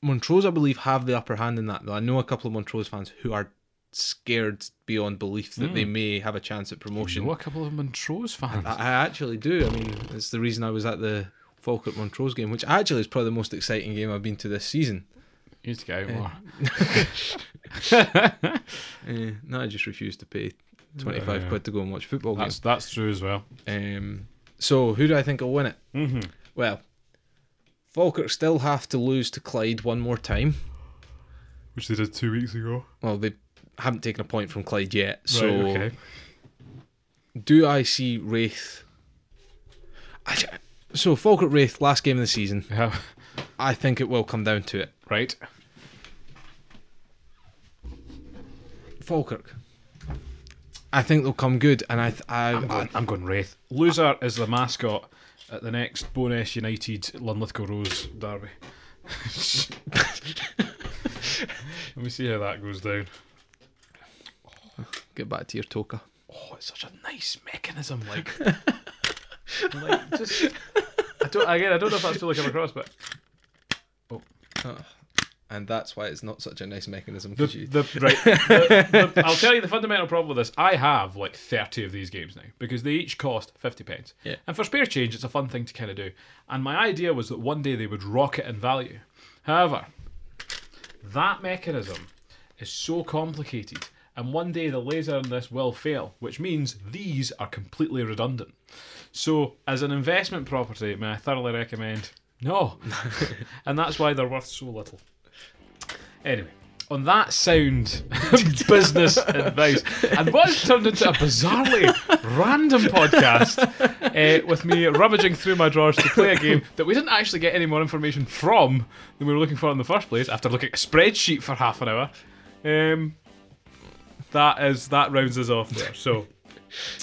Speaker 2: Montrose, I believe, have the upper hand in that, though. I know a couple of Montrose fans who are scared beyond belief that
Speaker 1: Mm.
Speaker 2: they may have a chance at promotion.
Speaker 1: You know a couple of Montrose fans.
Speaker 2: I, I actually do. I mean, it's the reason I was at the Falkirk Montrose game, which actually is probably the most exciting game I've been to this season.
Speaker 1: You need to get out more.
Speaker 2: Uh, no, I just refused to pay 25
Speaker 1: Yeah.
Speaker 2: quid to go and watch football games.
Speaker 1: That's that's true as well.
Speaker 2: Um, so, who do I think will win it? Mm-hmm. Well, Falkirk still have to lose to Clyde one more time.
Speaker 1: Which they did two weeks ago.
Speaker 2: Well, they haven't taken a point from Clyde yet. So,
Speaker 1: So okay.
Speaker 2: do I see Wraith? I j- so, Falkirk Wraith, last game of the season.
Speaker 1: Yeah.
Speaker 2: I think it will come down to it.
Speaker 1: Right.
Speaker 2: Falkirk. I think they'll come good, and I, th- I,
Speaker 1: I'm
Speaker 2: I
Speaker 1: going, I'm going Wraith. Loser is the mascot at the next Bonus United Linlithgow Rose [LAUGHS] derby. Let me see how that goes down.
Speaker 2: get back to your toka.
Speaker 1: Oh, it's such a nice mechanism. [LAUGHS] Like, like just. I don't, again, I don't know if that's fully come across, but
Speaker 2: And that's why it's not such a nice mechanism.
Speaker 1: the,
Speaker 2: 'cause you,
Speaker 1: the, right, the- the- I'll tell you the fundamental problem with this. I have like 30 of these games now because they each cost 50 pence.
Speaker 2: Yeah.
Speaker 1: And for spare change, it's a fun thing to kind of do. And my idea was that one day they would rocket in value. However, that mechanism is so complicated, and one day the laser in this will fail, which means these are completely redundant. So, as an investment property, may I thoroughly recommend no. and that's why they're worth so little. Anyway, on that sound
Speaker 2: [LAUGHS]
Speaker 1: business advice, and what has turned into a bizarrely random podcast eh, with me rummaging through my drawers to play a game that we didn't actually get any more information from than we were looking for in the first place after looking at a spreadsheet for half an hour. Um, that is that rounds us off there.
Speaker 2: [LAUGHS]
Speaker 1: So.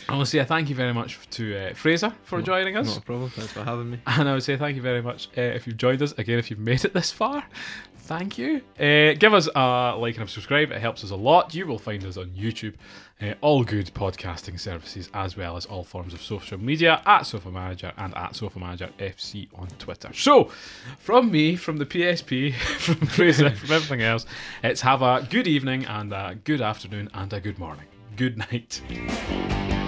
Speaker 1: I want to say a thank you very much to uh, Fraser for joining us.
Speaker 2: not a problem. Thanks for having me.
Speaker 1: And I would say thank you very much uh, if you've joined us. Again, if you've made it this far, thank you. Uh, give us a like and a subscribe, it helps us a lot. You will find us on YouTube, uh, all good podcasting services, as well as all forms of social media at Sofa Manager and at Sofa Manager FC on Twitter. So, from me, from the PSP, [LAUGHS] from Fraser, from everything else, it's have a good evening and a good afternoon and a good morning. Good night.